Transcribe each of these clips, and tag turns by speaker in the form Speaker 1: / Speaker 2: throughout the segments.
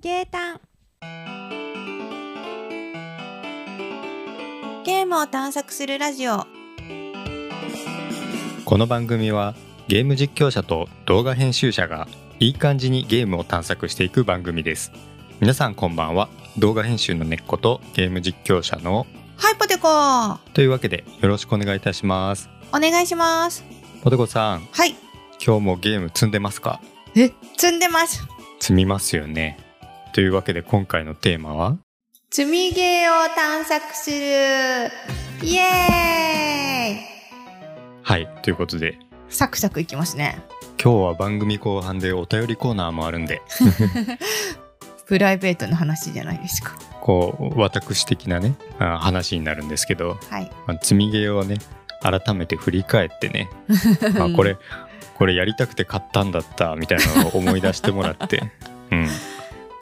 Speaker 1: ゲータンゲームを探索するラジオ
Speaker 2: この番組はゲーム実況者と動画編集者がいい感じにゲームを探索していく番組です皆さんこんばんは動画編集の根っことゲーム実況者の
Speaker 1: はいポテコお
Speaker 2: というわけでよろしくお願いいたします
Speaker 1: 願いします
Speaker 2: ポテコさん
Speaker 1: はい
Speaker 2: 今日もゲーム積んでますか
Speaker 1: え積んでます
Speaker 2: 積みますよねというわけで今回のテーマは
Speaker 1: 積みゲーを探索するイエーイ
Speaker 2: はいということで
Speaker 1: サクサクいきますね
Speaker 2: 今日は番組後半でお便りコーナーもあるんで
Speaker 1: プライベートの話じゃないですか
Speaker 2: こう私的なねあ話になるんですけど
Speaker 1: はい
Speaker 2: まあ、積みゲーをね改めて振り返って ねあこれこれやりたくて買ったんだったみたいなのを思い出してもらって うん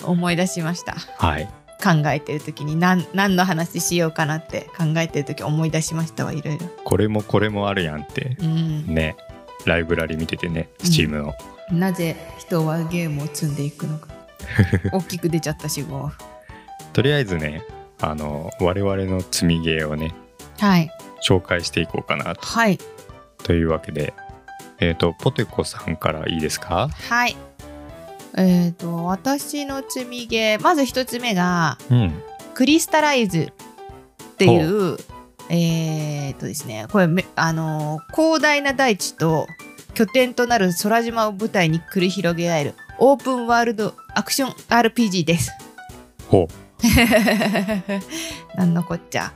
Speaker 1: 思い出しました
Speaker 2: はい
Speaker 1: 考えてる時に何何の話しようかなって考えてる時思い出しましたわいろいろ
Speaker 2: これもこれもあるやんって
Speaker 1: うん
Speaker 2: ねライブラリ見ててねスチームの、
Speaker 1: なぜ人はゲームを積んでいくのか大きく出ちゃった死後
Speaker 2: とりあえずねあの我々の積みゲーをね
Speaker 1: はい
Speaker 2: 紹介していこうかなと
Speaker 1: はい
Speaker 2: というわけでえっ、とポテコさんからいいですか
Speaker 1: はいえっ、と私の積みゲーまず一つ目が
Speaker 2: うん
Speaker 1: クリスタライズっていうえっ、とですねこれめあのー広大な大地と拠点となる空島を舞台に繰り広げられるオープンワールドアクション RPG です
Speaker 2: ほ
Speaker 1: なんのこっちゃ。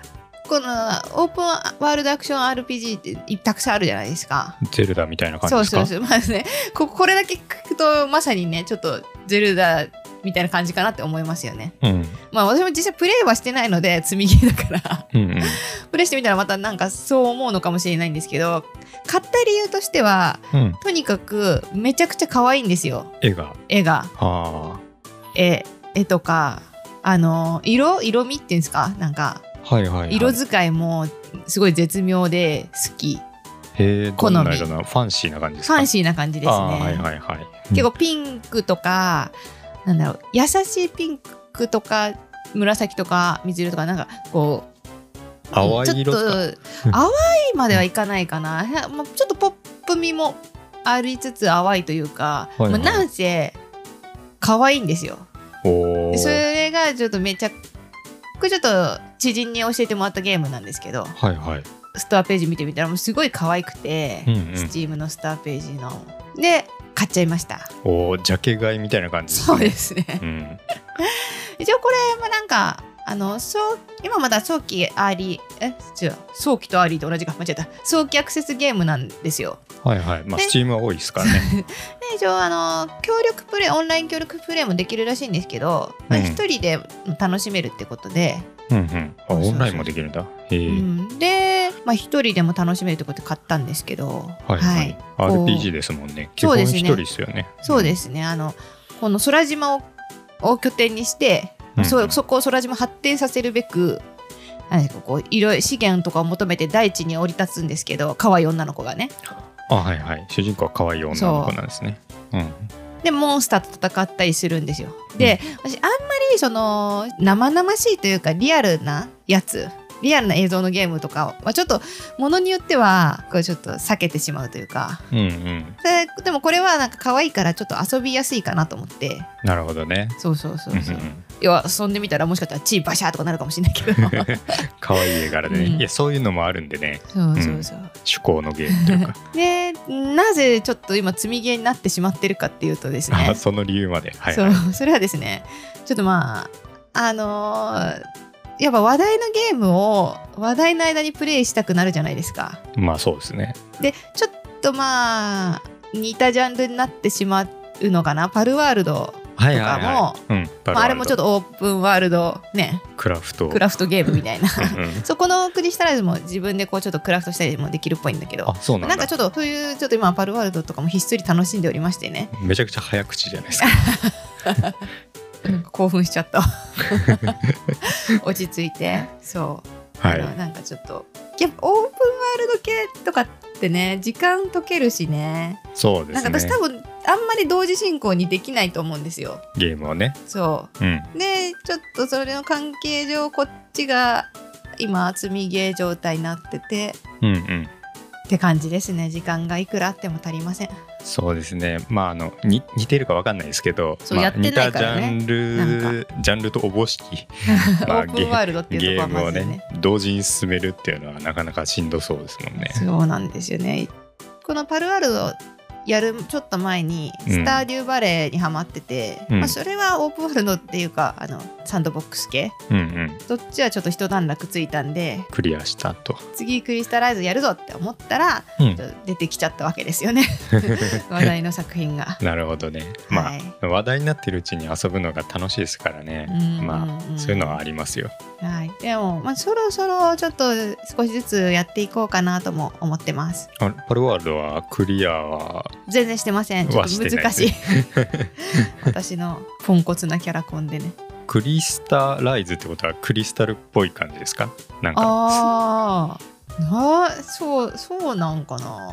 Speaker 1: このオープンワールドアクション RPG ってたくさんあるじゃないですか。
Speaker 2: うゼルダみたいな感じ
Speaker 1: そう
Speaker 2: です
Speaker 1: そう
Speaker 2: か
Speaker 1: そう。まあね、ここれだけ聞くとまさにね、ちょっとゼルダみたいな感じかなって思いますよね。
Speaker 2: うん
Speaker 1: まあ私も実際プレイはしてないので積みゲーだから、
Speaker 2: うんうん
Speaker 1: プレイしてみたらまたなんかそう思うのかもしれないんですけど、買った理由としては、
Speaker 2: うん
Speaker 1: とにかくめちゃくちゃ可愛いんですよ、
Speaker 2: 絵が
Speaker 1: 絵が。
Speaker 2: あ
Speaker 1: 絵、絵とか、あの、色色味っていうんですかなんか。
Speaker 2: ーはいはい、はい、
Speaker 1: 色使いもすごい絶妙で好き
Speaker 2: へえ、
Speaker 1: 好
Speaker 2: ど
Speaker 1: み
Speaker 2: んな色なのファンシーな感じです
Speaker 1: フ
Speaker 2: か
Speaker 1: ァン
Speaker 2: シ
Speaker 1: シーな感じ
Speaker 2: ー
Speaker 1: ですね、
Speaker 2: はいはいはい。
Speaker 1: 結構ピンクとかなんだろう優しいピンクとか紫とか水色とかなんかこう
Speaker 2: うん淡い色
Speaker 1: ちょっ
Speaker 2: とか。
Speaker 1: と淡いまではいかないかな、へまあちょっとポップ味もありつつ淡いというか、
Speaker 2: はいはい
Speaker 1: まあなんせ可愛いんですよ
Speaker 2: おお。
Speaker 1: それがちょっとめちゃこれちょっと知人に教えてもらったゲームなんですけど
Speaker 2: はいはい。
Speaker 1: ストアページ見てみたらもうすごい可愛くて、
Speaker 2: うんうん
Speaker 1: スチームのスターページので買っちゃいました
Speaker 2: おお、ジャケ買いみたいな感じ。
Speaker 1: そうですすね
Speaker 2: ね。うん。
Speaker 1: 一応これもなんかあのそう今まだ早期アーリーえ違う早期とアーリーと同じか間違えた早期アクセスゲームなんですよ
Speaker 2: はいはい。まあ
Speaker 1: で
Speaker 2: スチームは多いですか らね。
Speaker 1: で一応あの協力プレイオンライン協力プレイもできるらしいんですけどまあ
Speaker 2: うん
Speaker 1: 一、人で楽しめるってことで、
Speaker 2: うんうん。あ、
Speaker 1: そうそうそう
Speaker 2: オンラインもできるんだ。へ
Speaker 1: う
Speaker 2: え。
Speaker 1: ん、でまあ、一人でも楽しめるってことで買ったんですけど
Speaker 2: はいはい。
Speaker 1: こう
Speaker 2: RPG ですもんね。基
Speaker 1: そう
Speaker 2: 本
Speaker 1: ですね
Speaker 2: 一人ですよね。。
Speaker 1: そうですすね、あのこの空島をを拠点にして、
Speaker 2: うん
Speaker 1: そそこを空島を発展させるべくなんかこういろいろ資源とかを求めて大地に降り立つんですけど可愛い女の子がね
Speaker 2: あ、はいはい。主人公は可愛い女の子なんですね。うん。
Speaker 1: でモンスターと戦ったりするんですよで、私あんまりその生々しいというかリアルなやつリアルな映像のゲームとかはちょっとものによってはこれちょっと避けてしまうというか
Speaker 2: うんうん。
Speaker 1: ででもこれはなんか可愛いからちょっと遊びやすいかなと思って
Speaker 2: なるほどね。
Speaker 1: そうそうそう
Speaker 2: うん
Speaker 1: そう
Speaker 2: う、ん
Speaker 1: いや遊んでみたらもしかしたらチーバシャーとかなるかもしれないけ ど
Speaker 2: 可愛い絵柄でね。
Speaker 1: うん
Speaker 2: いや、そういうのもあるんでね。
Speaker 1: そうそうそう、
Speaker 2: 趣向のゲームというか。
Speaker 1: でなぜちょっと今積みゲーになってしまってるかっていうと ですね、
Speaker 2: あ、 その理由まで。はいはい。
Speaker 1: そうそれはですねちょっとまああのーやっぱ話題のゲームを話題の間にプレイしたくなるじゃないですか
Speaker 2: まあそうですね。
Speaker 1: でちょっとまあ似たジャンルになってしまうのかなパルワールド
Speaker 2: はい。
Speaker 1: はいはい
Speaker 2: うん、
Speaker 1: まああれもちょっ
Speaker 2: と
Speaker 1: とオープンワールドね
Speaker 2: クラフト。
Speaker 1: クラフトゲームみたいな
Speaker 2: うんうん
Speaker 1: そこのクリスタライズも自分でこうちょっとクラフトしたりもできるっぽいんだけど
Speaker 2: あ、そうなん
Speaker 1: な
Speaker 2: だ。
Speaker 1: んかちょっとそういうちょっと今パルワールドとかもひっそり楽しんでおりましてね
Speaker 2: めちゃくちゃ早口じゃない ですか。
Speaker 1: なんか興奮しちゃった 落ち着いてそう、
Speaker 2: は
Speaker 1: あの
Speaker 2: い。
Speaker 1: なんかちょっとやっぱオープンワールド系とかってね時間解けるしね
Speaker 2: そうで
Speaker 1: なん
Speaker 2: す
Speaker 1: か
Speaker 2: ね。
Speaker 1: 私多分あんまり同時進行にできないと思うんですよ。
Speaker 2: ゲームをね
Speaker 1: そ
Speaker 2: うん
Speaker 1: うでちょっとそれの関係上こっちが今積みゲー状態になってて
Speaker 2: うんうん
Speaker 1: って感じですね時間がいくらあっても足りません。
Speaker 2: そうですねまああのに似てるかわかんないですけど、
Speaker 1: そう
Speaker 2: まあ
Speaker 1: やってないからね
Speaker 2: 似たジャンルジャンルとおぼし き、まあ
Speaker 1: オープンワールドっていう
Speaker 2: ゲ
Speaker 1: ところ
Speaker 2: ーム
Speaker 1: はま
Speaker 2: を
Speaker 1: ずね
Speaker 2: ね同時に進めるっていうのはなかなかしんどそうですもんね。
Speaker 1: そうなんですよねこのパルワルドやるちょっと前に
Speaker 2: うん
Speaker 1: スターデューバレーにハマってて、
Speaker 2: うん
Speaker 1: まあ、それはオープンワールドっていうかあのサンドボックス系
Speaker 2: うんうん
Speaker 1: どっちはちょっと一段落ついたんで
Speaker 2: クリアしたと。
Speaker 1: 次クリスタライズやるぞって思ったら
Speaker 2: うん
Speaker 1: ちょっと出てきちゃったわけですよ ね話題の作品が。
Speaker 2: なるほどね。まあ、
Speaker 1: はい
Speaker 2: 話題になってるうちに遊ぶのが楽しいですからね。まあそういうのはありますよ。
Speaker 1: あ、はい、でも、まあ、そろそろちょっと少しずつやっていこうかなとも思ってます
Speaker 2: あパルワールドはクリアは
Speaker 1: 全然してませんちょっ
Speaker 2: は
Speaker 1: と
Speaker 2: してない
Speaker 1: 難しい 私のポンコツなキャラコンでね
Speaker 2: クリスタライズってことはクリスタルっぽい感じですかなんか
Speaker 1: あーなそうそうなんかな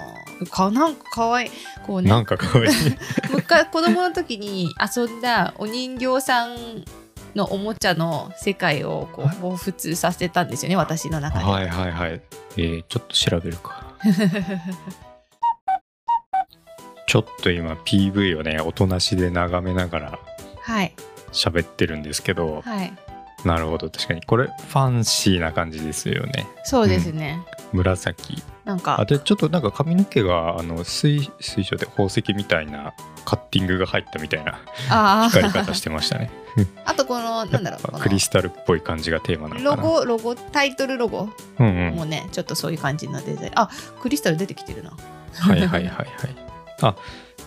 Speaker 1: かなんかかわいいこうね
Speaker 2: なん か可愛い
Speaker 1: もう一回子供の時に遊んだお人形さんのおもちゃの世界をこう
Speaker 2: はい
Speaker 1: 彷彿させたんですよね私の中で、
Speaker 2: はいはいはい、えーちょっと調べる かちょっと今 PV をね音なしで眺めながら
Speaker 1: はい
Speaker 2: 喋ってるんですけど
Speaker 1: はい
Speaker 2: なるほど確かにこれファンシーな感じですよね
Speaker 1: そうですね、
Speaker 2: 紫
Speaker 1: なん
Speaker 2: あ
Speaker 1: か
Speaker 2: でちょっとなんか髪の毛があの水水晶で宝石みたいなカッティングが入ったみたいな
Speaker 1: あ
Speaker 2: 光り
Speaker 1: あ
Speaker 2: 方してましたね
Speaker 1: あとこのなんだろう
Speaker 2: やっ
Speaker 1: こ
Speaker 2: ぱ
Speaker 1: の
Speaker 2: クリスタルっぽい感じがテーマなの
Speaker 1: ロ
Speaker 2: かな
Speaker 1: ゴロゴタイトルロゴ
Speaker 2: うんうん
Speaker 1: もね、ちょっとそういう感じのデザインあクリスタル出てきてるな
Speaker 2: はいはいはいはい。あ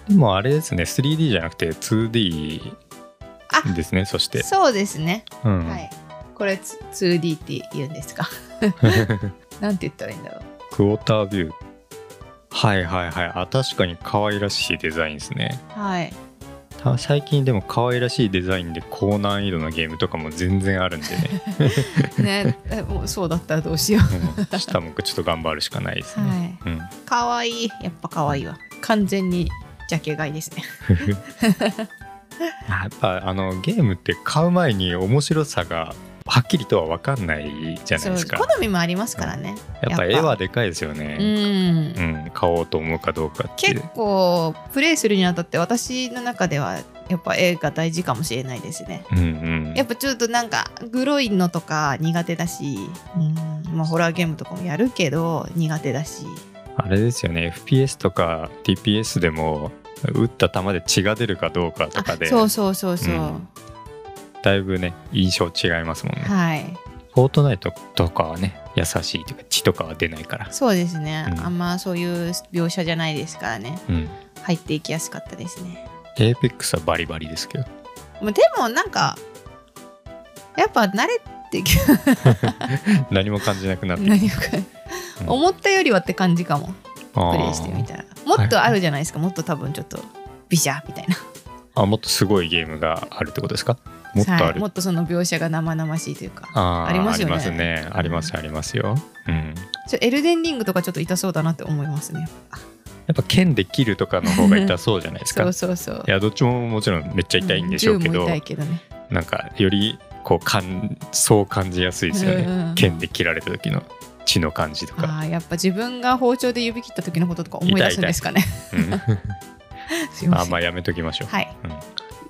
Speaker 2: でもあれですね 3D じゃなくて 2D
Speaker 1: あ
Speaker 2: ですねそして。
Speaker 1: そうですね、
Speaker 2: うん
Speaker 1: はいこれつ 2D って言うん ですかなんて言ったらいいんだろう
Speaker 2: クォータービュー。はいはいはい。あ確かに可愛らしいデザインですね。
Speaker 1: はい
Speaker 2: た最近でも可愛らしいデザインで高難易度のゲームとかも全然あるんで ね。
Speaker 1: ねえもうそうだったらどうしよう
Speaker 2: うん、下もちょっと頑張るしかないですね。
Speaker 1: はい
Speaker 2: うん、
Speaker 1: かわいいやっぱかわいいわ完全にジャケ買いですね
Speaker 2: やっぱあのゲームって買う前に面白さがはっきりとは分かんないじゃないですか
Speaker 1: そう好みもありますからね、
Speaker 2: やっぱ絵はでかいですよ
Speaker 1: う
Speaker 2: ね、
Speaker 1: ん
Speaker 2: うん、買おうと思うかどうかっていう
Speaker 1: 結構プレイするにあたって私の中ではやっぱ絵が大事かもしれないですね
Speaker 2: うんうん、
Speaker 1: やっぱちょっとなんかグロいのとか苦手だし、うんまあ、ホラーゲームとかもやるけど苦手だし
Speaker 2: あれですよね FPS とか TPS でも打った球で血が出るかどうかと
Speaker 1: あ
Speaker 2: かで
Speaker 1: そうそうそうそう、
Speaker 2: うんだいぶね印象違いますもんね、
Speaker 1: はい
Speaker 2: フォートナイトとかはね優しいというか血とかは出ないから、
Speaker 1: そうですね、
Speaker 2: うん
Speaker 1: あんまそういう描写じゃないですからね
Speaker 2: うん、
Speaker 1: 入っていきやすかったですね
Speaker 2: APEX はバリバリですけど
Speaker 1: まあでもなんかやっぱ慣れてき
Speaker 2: 何も感じなくなって
Speaker 1: 何か、
Speaker 2: うん
Speaker 1: 思ったよりはって感じかもプ
Speaker 2: プ
Speaker 1: レイしてみたらもっとあるじゃないですか、もっと多分ちょっとビシャみたいな
Speaker 2: あもっとすごいゲームがあるってことですかもっとあ
Speaker 1: はい
Speaker 2: る、
Speaker 1: もっとその描写が生々しいというか
Speaker 2: あー
Speaker 1: ありますよね
Speaker 2: ありますねありますありますよ、うん、
Speaker 1: ちょエルデンリングとかちょっと痛そうだなって思いますね。
Speaker 2: やっぱ剣で切るとかの方が痛そうじゃないで す
Speaker 1: そ
Speaker 2: か
Speaker 1: うそうそう
Speaker 2: い。やどっちももちろんめっちゃ痛いんでしょうけ
Speaker 1: 銃も
Speaker 2: ど、
Speaker 1: 痛いけどね。
Speaker 2: なんかよりこう感そう感じやすいですよね、
Speaker 1: うんうん
Speaker 2: 剣で切られた時の血の感じとか、
Speaker 1: ああ、やっぱ自分が包丁で指切った時のこととか思い出すんですかね。
Speaker 2: うん
Speaker 1: すいま
Speaker 2: あ
Speaker 1: せ
Speaker 2: ん
Speaker 1: ん。
Speaker 2: まやめときましょう、
Speaker 1: はい。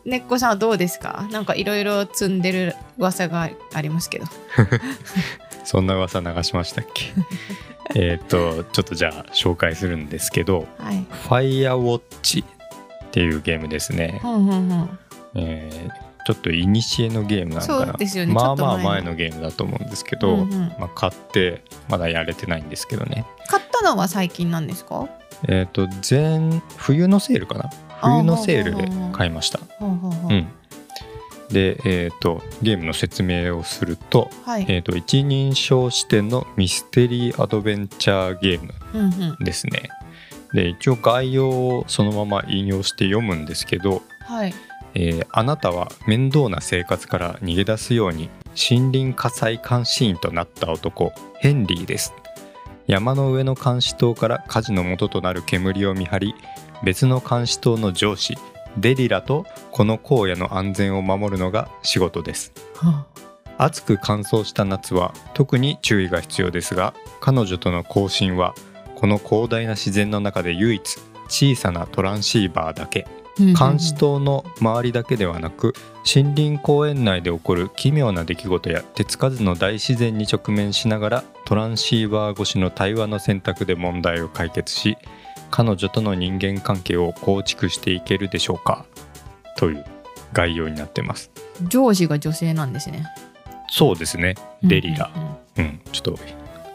Speaker 1: 根っこさんはどうですか。なんかいろいろ積んでる噂がありますけど。
Speaker 2: そんな噂流しましたっ けえっとちょっとじゃあ紹介するんですけど
Speaker 1: はい
Speaker 2: 「。ファイアウォッチ」っていうゲームですね、
Speaker 1: ほんほんほん。
Speaker 2: えーちょっと古のゲームなのか
Speaker 1: そ
Speaker 2: な
Speaker 1: うですよね
Speaker 2: まあ
Speaker 1: ちょっ
Speaker 2: まあ
Speaker 1: と前の
Speaker 2: 前のゲームだと思うんですけど、
Speaker 1: うんうん
Speaker 2: まあ、買ってまだやれてないんですけどね
Speaker 1: 買ったのは最近なんですか。
Speaker 2: えっ、と前冬のセールかな
Speaker 1: あー
Speaker 2: 冬のセールで買いました
Speaker 1: ほんほんほ。
Speaker 2: うんん、で、えー、とゲームの説明をすると,、
Speaker 1: はい。
Speaker 2: えー、と一人称視点のミステリーアドベンチャーゲーム
Speaker 1: うんうん。
Speaker 2: ですねで一応概要をそのまま引用して読むんですけど、
Speaker 1: はい。
Speaker 2: えーあなたは面倒な生活から逃げ出すように森林火災監視員となった男ヘンリーです山の上の監視塔から火事の元となる煙を見張り別の監視塔の上司デリラとこの荒野の安全を守るのが仕事です
Speaker 1: は
Speaker 2: 暑く乾燥した夏は特に注意が必要ですが彼女との交信はこの広大な自然の中で唯一小さなトランシーバーだけ
Speaker 1: あ
Speaker 2: 監視塔の周りだけではなく森林公園内で起こる奇妙な出来事や手つかずの大自然に直面しながらトランシーバー越しの対話の選択で問題を解決し彼女との人間関係を構築していけるでしょうかという概要になってます
Speaker 1: 上司が女性なんですね
Speaker 2: そうですねデリラ、
Speaker 1: うんうんうん
Speaker 2: うん、ちょっと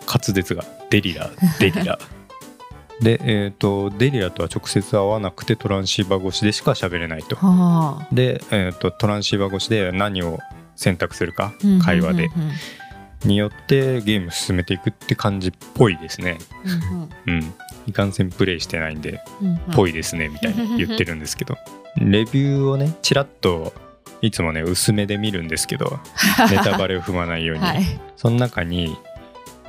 Speaker 2: 滑舌がデリラデリラでえっ、とデリラとは直接会わなくてトランシーバー越しでしか喋れないと
Speaker 1: はあ
Speaker 2: で、えー、とトランシーバー越しで何を選択するか、
Speaker 1: うんうんうんうん
Speaker 2: 会話でによってゲーム進めていくって感じっぽいですね
Speaker 1: うんうん
Speaker 2: うんいかんせんプレイしてないんで
Speaker 1: うんうん
Speaker 2: ぽいですねみた いに言ってるんですけどレビューをねちらっといつもね薄めで見るんです けどネタバレを踏まないように、
Speaker 1: はい
Speaker 2: その中に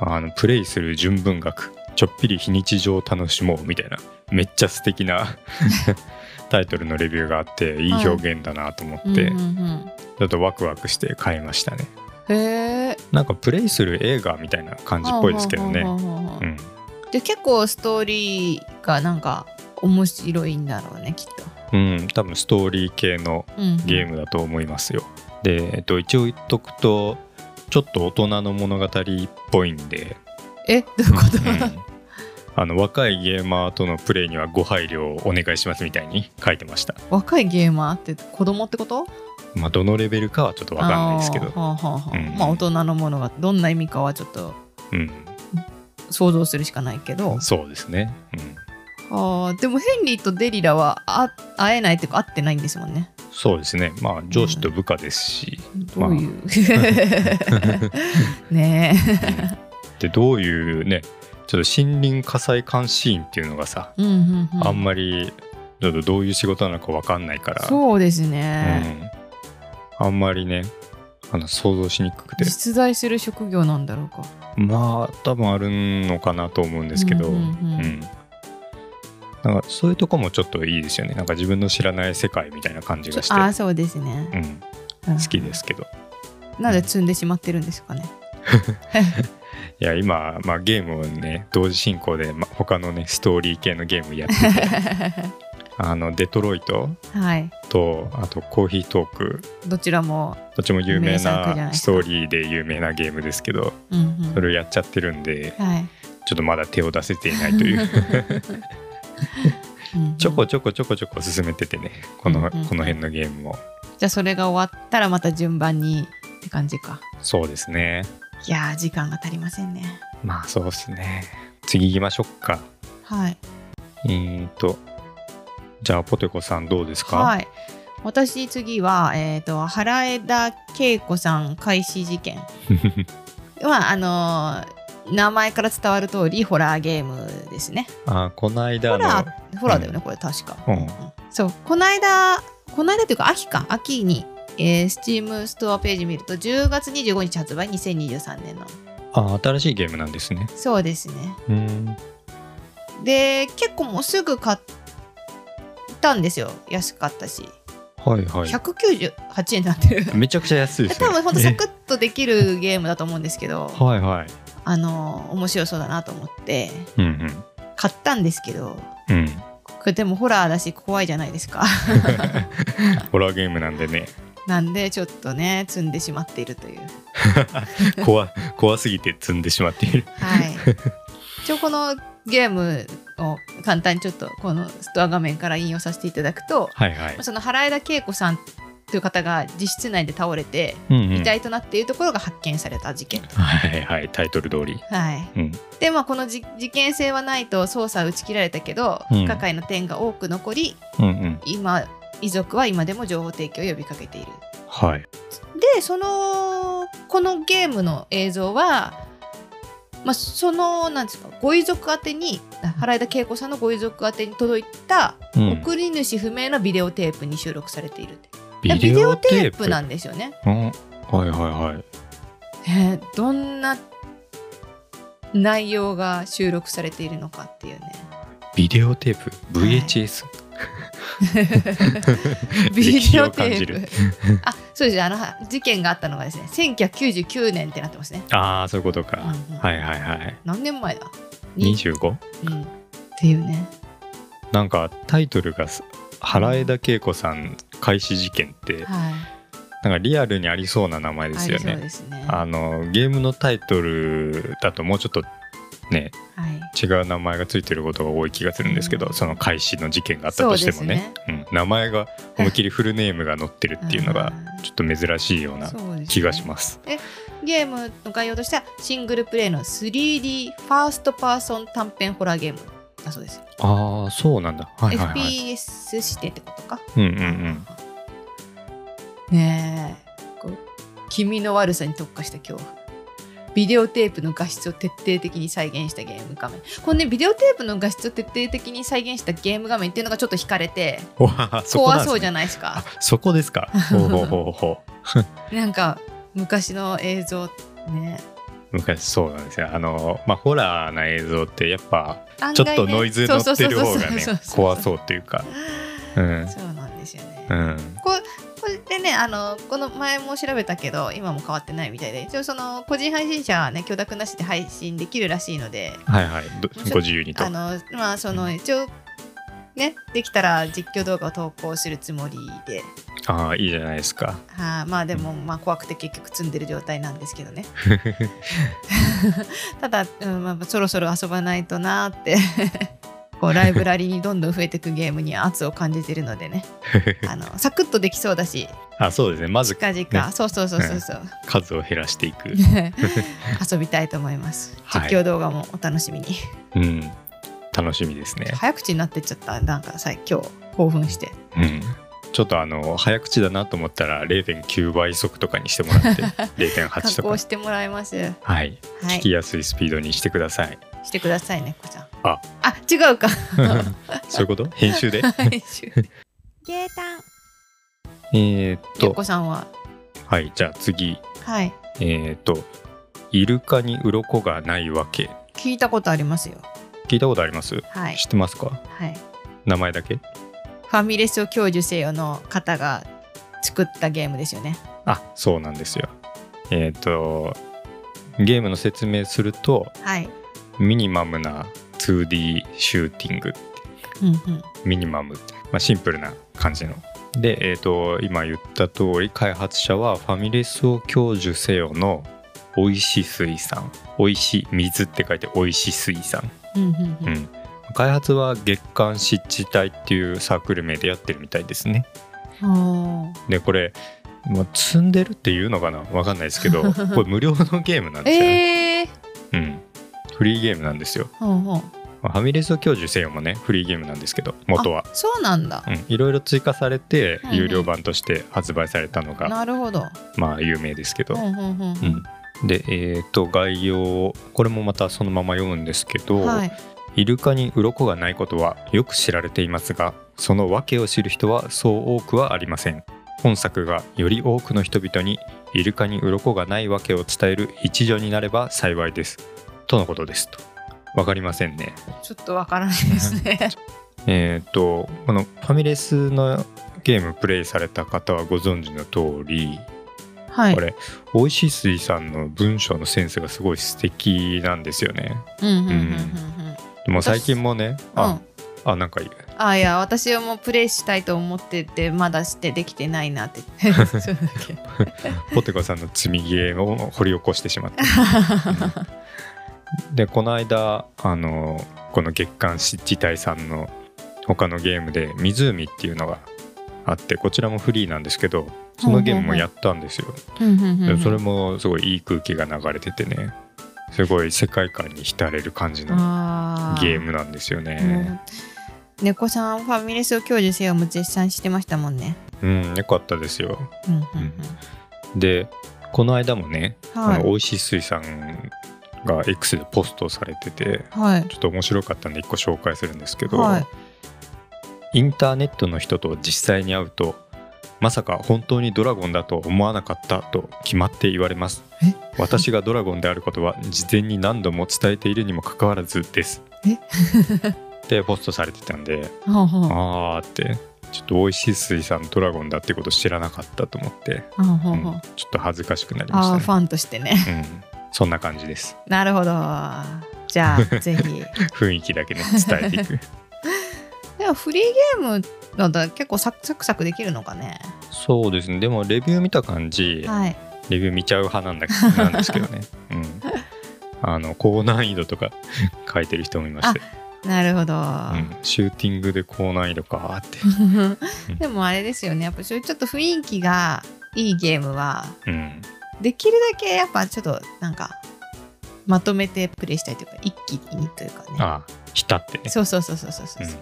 Speaker 2: あのプレイする純文学ちょっぴり非日常を楽しもうみたいなめっちゃ素敵な タイトルのレビューがあっていい表現だなと思って、
Speaker 1: うんうん
Speaker 2: ちょっとワクワクして買いましたね。
Speaker 1: うんへえ
Speaker 2: なんかプレイする映画みたいな感じっぽいですけど
Speaker 1: はあ
Speaker 2: ね。
Speaker 1: はあはあはあ
Speaker 2: うん、
Speaker 1: で結構ストーリーがなんか面白いんだろうねきっと、
Speaker 2: うん、多分ストーリー系の
Speaker 1: うん
Speaker 2: ゲームだと思いますよ。で、えっと、一応言っとくと、ちょっと大人の物語っぽいんで、
Speaker 1: えどういうこ
Speaker 2: うんあの若いゲーマーとのプレイにはご配慮をお願いしますみたいに書いてました。
Speaker 1: と若いゲーマーって子供ってこと
Speaker 2: まあ、どのレベルかはちょっとわかんないですけ
Speaker 1: あ
Speaker 2: ど
Speaker 1: ー、はあはあはあ
Speaker 2: うん
Speaker 1: まあ大人のものがどんな意味かはちょっと
Speaker 2: うん、
Speaker 1: 想像するしかないけど
Speaker 2: そうですね。うん
Speaker 1: あーでもヘンリーとデリラはあ会えないっていうか会ってないんですもんね
Speaker 2: そうですね。まあ、上司と部下ですし、
Speaker 1: どう いう、ね
Speaker 2: でどういうねちょっと森林火災監視員っていうのがさ、
Speaker 1: え、うんうんうん、
Speaker 2: あんまりちょっとどういう仕事なのか分かんないから
Speaker 1: そうです
Speaker 2: う
Speaker 1: ね、
Speaker 2: ん、あんまりねあの想像しにくくて
Speaker 1: 実在する職業なんだろうか
Speaker 2: まあ多分あるのかなと思うんですけど、
Speaker 1: う
Speaker 2: うんん
Speaker 1: うんうん
Speaker 2: なんかそういうとこもちょっといいですよねなんか自分の知らない世界みたいな感じがして、
Speaker 1: ああそうですね、
Speaker 2: うん、
Speaker 1: うん
Speaker 2: 好きですけど
Speaker 1: なんで積んでしまってるんですかね
Speaker 2: いや今、まあ、ゲームをね同時進行で、まあ、他のねストーリー系のゲームやって てあのデトロイト
Speaker 1: はい
Speaker 2: とあとコーヒートーク
Speaker 1: どちらも、
Speaker 2: どっちも有名
Speaker 1: 名作じゃない
Speaker 2: な
Speaker 1: です
Speaker 2: ス
Speaker 1: か
Speaker 2: トーリーで有名なゲームですけど
Speaker 1: うんうん
Speaker 2: それをやっちゃってるんで
Speaker 1: はい
Speaker 2: ちょっとまだ手を出せていないという
Speaker 1: うんうん
Speaker 2: ちょこちょこちょこちょこ進めててね
Speaker 1: う
Speaker 2: こ
Speaker 1: んう
Speaker 2: の
Speaker 1: んうん
Speaker 2: この辺のゲームを
Speaker 1: じゃあそれが終わったらまた順番にって感じか
Speaker 2: そうですね
Speaker 1: いやー時間が足りませんね
Speaker 2: まあそうですね次行きましょうか
Speaker 1: はいう
Speaker 2: ーんとじゃあポテコさんどうですか、
Speaker 1: はい私次は、えー、と原枝恵子さん開始事件はあのー名前から伝わる通りホラーゲームですね
Speaker 2: あこの間
Speaker 1: ホラ
Speaker 2: の
Speaker 1: ーホラーだよね、これ確か、
Speaker 2: うん
Speaker 1: そうこの間この間というか秋か秋に、えー、Steam ストアページ見ると10月25日発売2023年の
Speaker 2: あ新しいゲームなんですね
Speaker 1: そうですね
Speaker 2: うーん
Speaker 1: で結構もうすぐ買ったんですよ安かったし
Speaker 2: はいはい
Speaker 1: 198円になってる
Speaker 2: めちゃくちゃ安いですね
Speaker 1: 多分ほんとサ
Speaker 2: え
Speaker 1: クッとできるゲームだと思うんですけど
Speaker 2: はいはい
Speaker 1: あの面白そうだなと思って
Speaker 2: うん
Speaker 1: 買ったんですけど
Speaker 2: うんうん
Speaker 1: これでもホラーだし怖いじゃないですか
Speaker 2: ホラーゲームなんでね
Speaker 1: なんでちょっとね積んでしまっているという
Speaker 2: 怖怖すぎて積んでしまっている
Speaker 1: はい。一応このゲームを簡単にちょっとこのストア画面から引用させていただくと、
Speaker 2: は いはい、
Speaker 1: その原枝恵子さんという方が自室内で倒れて
Speaker 2: うんうん
Speaker 1: 遺体となっているところが発見された事件。
Speaker 2: はいはいタイトル通り
Speaker 1: はい、
Speaker 2: うん
Speaker 1: でまあこのじ事件性はないと捜査は打ち切られたけど、
Speaker 2: うん
Speaker 1: 不可解な点が多く残り
Speaker 2: うんうん
Speaker 1: 今遺族は今でも情報提供を呼びかけている。
Speaker 2: はい
Speaker 1: でそのこのゲームの映像は、まあ、そのなんですかご遺族宛てにあ原枝恵子さんのご遺族宛てに届いた
Speaker 2: うん
Speaker 1: 送り主不明のビデオテープに収録されているって
Speaker 2: ビ
Speaker 1: ビ
Speaker 2: デ
Speaker 1: デ
Speaker 2: オ
Speaker 1: オ
Speaker 2: テ
Speaker 1: テ
Speaker 2: ー
Speaker 1: ー
Speaker 2: プ
Speaker 1: プなんですよね。
Speaker 2: うんはいはいはい
Speaker 1: えーどんな内容が収録されているのかっていうね
Speaker 2: ビデオテープ VHS、
Speaker 1: ビデオテ
Speaker 2: 歴史を感じ
Speaker 1: ー
Speaker 2: る
Speaker 1: プあそうですねあのは事件があったのがですね1999年ってなってますね
Speaker 2: ああそういうことか、
Speaker 1: うんうん
Speaker 2: はいはいはい
Speaker 1: 何年前だに
Speaker 2: 25?
Speaker 1: うん、っていうね
Speaker 2: なんかタイトルがす原枝恵子さん開始事件って
Speaker 1: はい
Speaker 2: なんかリアルにありそうな名前で
Speaker 1: あ
Speaker 2: す
Speaker 1: り
Speaker 2: よ
Speaker 1: そう
Speaker 2: ね
Speaker 1: ですね
Speaker 2: あのゲームのタイトルだともうちょっとね
Speaker 1: はい
Speaker 2: 違う名前がついてることが多い気がするんですけど、
Speaker 1: うん
Speaker 2: その開始の事件があったとしてもねうん、名前が思いっきりフルネームが載ってるっていうのが
Speaker 1: うん
Speaker 2: ちょっと珍しいような
Speaker 1: そうですね
Speaker 2: 気がします。
Speaker 1: ゲームの概要としてはシングルプレイの 3D ファーストパーソン短編ホラーゲームだそうです、
Speaker 2: ああそうなんだ。はいはいはい。
Speaker 1: FPS 視点ってことか
Speaker 2: うんうんうん。
Speaker 1: ねえこう気味の悪さに特化した恐怖ビデオテープの画質を徹底的に再現したゲーム画面このねビデオテープの画質を徹底的に再現したゲーム画面っていうのがちょっと惹かれて
Speaker 2: わあ そこな
Speaker 1: 怖
Speaker 2: んですね
Speaker 1: そうじゃないです
Speaker 2: あ
Speaker 1: か
Speaker 2: そこで すか。ほうほうほうほう。
Speaker 1: なんか昔の映像ね
Speaker 2: 昔そうなんですよ。あのまあホラーな映像ってやっぱ
Speaker 1: 案
Speaker 2: ちょ
Speaker 1: 外
Speaker 2: っ
Speaker 1: ね
Speaker 2: とノイズ乗ってる方がね
Speaker 1: そうそうそうそう
Speaker 2: 怖そうっていうか。うん
Speaker 1: そうなんですよね、
Speaker 2: うん
Speaker 1: これでねあのこの前も調べたけど今も変わってないみたいで一応その個人配信者はね許諾なしで配信できるらしいので
Speaker 2: はいはいど
Speaker 1: ちょっと
Speaker 2: ご自由にと
Speaker 1: あ。のまあそうの
Speaker 2: ん
Speaker 1: 一応ねできたら実況動画を投稿するつもりで
Speaker 2: ああいいじゃないですか。
Speaker 1: はあまあでもまあ怖くて結局積んでる状態なんですけ どねただ、うんまあ、そろそろ遊ばないとなーって こうライブラリにどんどん増えていくゲームに圧を感じてるの でねあのサクッとできそうだし
Speaker 2: あそうですねまず
Speaker 1: 近々、そうそうそうそうそう、
Speaker 2: 数を減らしていく。
Speaker 1: 遊びたいと思います。
Speaker 2: はい
Speaker 1: 実況動画もお楽しみに。
Speaker 2: うん楽しみですね。
Speaker 1: 早口になってっちゃった。なんかさ、今日興奮して。
Speaker 2: うん、ちょっとあの早口だなと思ったら0.9倍速とかにしても らって
Speaker 1: 加
Speaker 2: 0.8と
Speaker 1: 工
Speaker 2: か、
Speaker 1: してもらいます。は
Speaker 2: はい、聞き
Speaker 1: い。
Speaker 2: やすいスピードにしてくだ さい。
Speaker 1: してくださいね、こちゃん。
Speaker 2: あ、
Speaker 1: あ、違うか。
Speaker 2: そういうこと編集で
Speaker 1: はい。 ゲータン。
Speaker 2: えー
Speaker 1: ゆ
Speaker 2: っ
Speaker 1: っ
Speaker 2: と
Speaker 1: こさんは。
Speaker 2: はいじゃあ次
Speaker 1: はい。
Speaker 2: えーっと「イルカに鱗がないわけ
Speaker 1: 聞いたことありますよ。」
Speaker 2: 聞いたことあります、
Speaker 1: はい。
Speaker 2: 知ってますか
Speaker 1: はい。
Speaker 2: 名前だけ
Speaker 1: ファミレスを享受せよの方が。作ったゲームですよね。
Speaker 2: あそうなんですよ。えーっとゲームの説明すると
Speaker 1: はい。
Speaker 2: ミニマムな 2D シューティング
Speaker 1: うんうん。
Speaker 2: ミニマム、まあ、シンプルな感じの。で、えー、と今言った通り開発者は「ファミレスを享受せよ」の「おいしい水産」「おいしい水」って書いて「おいしい水産
Speaker 1: うんうん」
Speaker 2: う
Speaker 1: うん。
Speaker 2: ん、開発は月刊湿地帯っていうサークル名でやってるみたいですね
Speaker 1: おー
Speaker 2: でこれ、まあ、積んでるっていうのかなわかんないで すけどこれ無料のゲームなんですよね、
Speaker 1: ええー。
Speaker 2: うん、フリーゲームなんですよ、
Speaker 1: ほうほう。
Speaker 2: まあファミレスを享受せよもねフリーゲームなんですけど元は
Speaker 1: あそうなんだ。
Speaker 2: うんいろいろ追加されて
Speaker 1: うんうん
Speaker 2: 有料版として発売されたのが、
Speaker 1: なるほど。
Speaker 2: まあ有名ですけど、
Speaker 1: うんうんうん
Speaker 2: う。んでえー、と概要をこれもまたそのまま読むんですけど、
Speaker 1: はい、
Speaker 2: イルカに鱗がないことはよく知られていますがその訳を知る人はそう多くはありません本作がより多くの人々にイルカに鱗がない訳を伝える一助になれば幸いですとのことですとわかりませんね
Speaker 1: ちょっとわからないですね。
Speaker 2: えっ、とこのファミレスのゲームプレイされた方はご存知の通り、
Speaker 1: はい
Speaker 2: こ。れおいしい水さんの文章のセンスがすごい素敵なんですよね。
Speaker 1: うんうんうんうん
Speaker 2: でも最近もね、
Speaker 1: うん。う
Speaker 2: あ
Speaker 1: ん、
Speaker 2: あなんかいい
Speaker 1: あいや私はもうプレイしたいと思っててまだしてできてないなって そうだっけ
Speaker 2: ポテコさんの積み毛を掘り起こしてしまった。でこの間あのこの月刊湿地帯さんの他のゲームで「湖」っていうのがあってこちらもフリーなんですけどそのゲームもやったんですよ。
Speaker 1: うんうんうんう
Speaker 2: で
Speaker 1: ん
Speaker 2: それもすごいいい空気が流れててねすごい世界観に浸れる感じの
Speaker 1: あ
Speaker 2: ゲームなんですよね。
Speaker 1: ね猫さんファミレスを享受せよも絶賛してましたもんね。
Speaker 2: うん、よかったですよ。
Speaker 1: うんうん
Speaker 2: でこの間もね、
Speaker 1: うん、は
Speaker 2: あの
Speaker 1: い
Speaker 2: おいしい水産が X でポストされてて
Speaker 1: はい
Speaker 2: ちょっと面白かったんで一個紹介するんですけど、
Speaker 1: はい
Speaker 2: インターネットの人と実際に会うとまさか本当にドラゴンだと思わなかったと決まって言われます
Speaker 1: え
Speaker 2: 私がド ラゴンであることは事前に何度も伝えているにもかかわらずです
Speaker 1: え
Speaker 2: ってポストされてたんで、
Speaker 1: はあは
Speaker 2: あーってちょっとオイシス水産ドラゴンだってこと知らなかったと思って、
Speaker 1: あはあはあ
Speaker 2: うん
Speaker 1: は
Speaker 2: ちょっと恥ずかしくなりま
Speaker 1: ああー
Speaker 2: し
Speaker 1: フ
Speaker 2: た
Speaker 1: ァンとしてね
Speaker 2: ね、うん、そんな感じです
Speaker 1: なるほどじゃあぜひ
Speaker 2: 雰囲気だけね伝えてい く
Speaker 1: でもフリーゲームなんだ結構サクサクサクできるのかね
Speaker 2: そうですねでもレビュー見た感じ、
Speaker 1: はい
Speaker 2: レビュー見ちゃう派なんだけ どなんですけどね、うん、あの高難易度とか 書いてる人もいまして、
Speaker 1: なるほど、
Speaker 2: うん、シューティングで高難易度かーって
Speaker 1: でもあれですよねやっぱそういうちょっと雰囲気がいいゲームは
Speaker 2: うん
Speaker 1: できるだけやっぱちょっとなんかまとめてプレイしたいというか一気にというかね
Speaker 2: ああ浸ってね
Speaker 1: そうそうそうそうそうそう、
Speaker 2: うん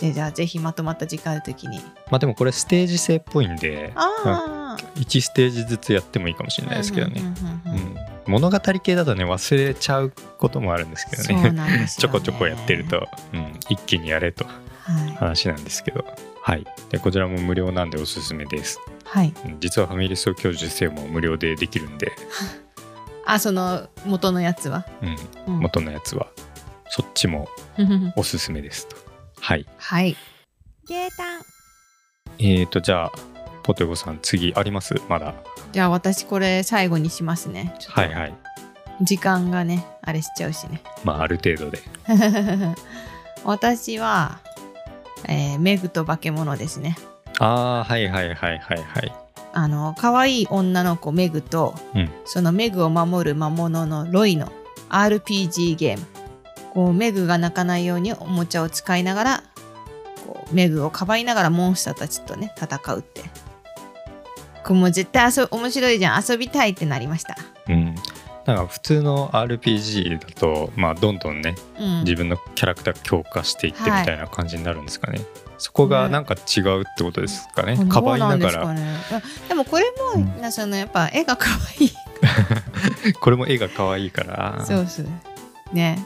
Speaker 1: でじゃあぜひまとまった時間の時に
Speaker 2: まあでもこれステージ制っぽいんで
Speaker 1: ああ
Speaker 2: 1ステージずつやってもいいかもしれないですけどね、
Speaker 1: うんうんうんうん
Speaker 2: うん物語系だとね忘れちゃうこともあるんですけど
Speaker 1: そ
Speaker 2: ね
Speaker 1: うなんです
Speaker 2: ちょ
Speaker 1: よね
Speaker 2: こちょこやってると、うん、一気にやれと
Speaker 1: はい、
Speaker 2: 話なんですけどはいでこちらも無料なんでおすすめです
Speaker 1: はい、
Speaker 2: うん実はファミレスを今日受精も無料でできるんで、
Speaker 1: あその元のやつは、
Speaker 2: うん、
Speaker 1: うん
Speaker 2: 元のやつはそっちもおすすめですとはい
Speaker 1: はいゲータン
Speaker 2: えーとじゃあポテゴさん次ありますまだ
Speaker 1: じゃあ私これ最後にしますねちょっと
Speaker 2: はいはい
Speaker 1: 時間がねあれしちゃうしね
Speaker 2: まあある程度で
Speaker 1: 私は、えーメグと化け物ですね
Speaker 2: ああはいはいはいはいはい
Speaker 1: あの可愛い女の子メグと、
Speaker 2: うん
Speaker 1: そのメグを守る魔物のロイの RPG ゲームこうメグが泣かないようにおもちゃを使いながらこうメグをかばいながらモンスターたちとね戦うってこれもう絶対遊び面白いじゃん遊びたいってなりました、
Speaker 2: うんなんか普通の RPG だと、まあ、どんどんね
Speaker 1: うん、
Speaker 2: 自分のキャラクター強化していってみ
Speaker 1: はい
Speaker 2: たいな感じになるんですかね、そこがなんか違うってことですかね、
Speaker 1: これ
Speaker 2: か
Speaker 1: ど
Speaker 2: ば
Speaker 1: う
Speaker 2: い
Speaker 1: な
Speaker 2: なん
Speaker 1: で
Speaker 2: が
Speaker 1: す
Speaker 2: ら
Speaker 1: かねあでもこれも、なそのやっぱ絵が可愛い
Speaker 2: これも絵が可愛いから
Speaker 1: そうそうね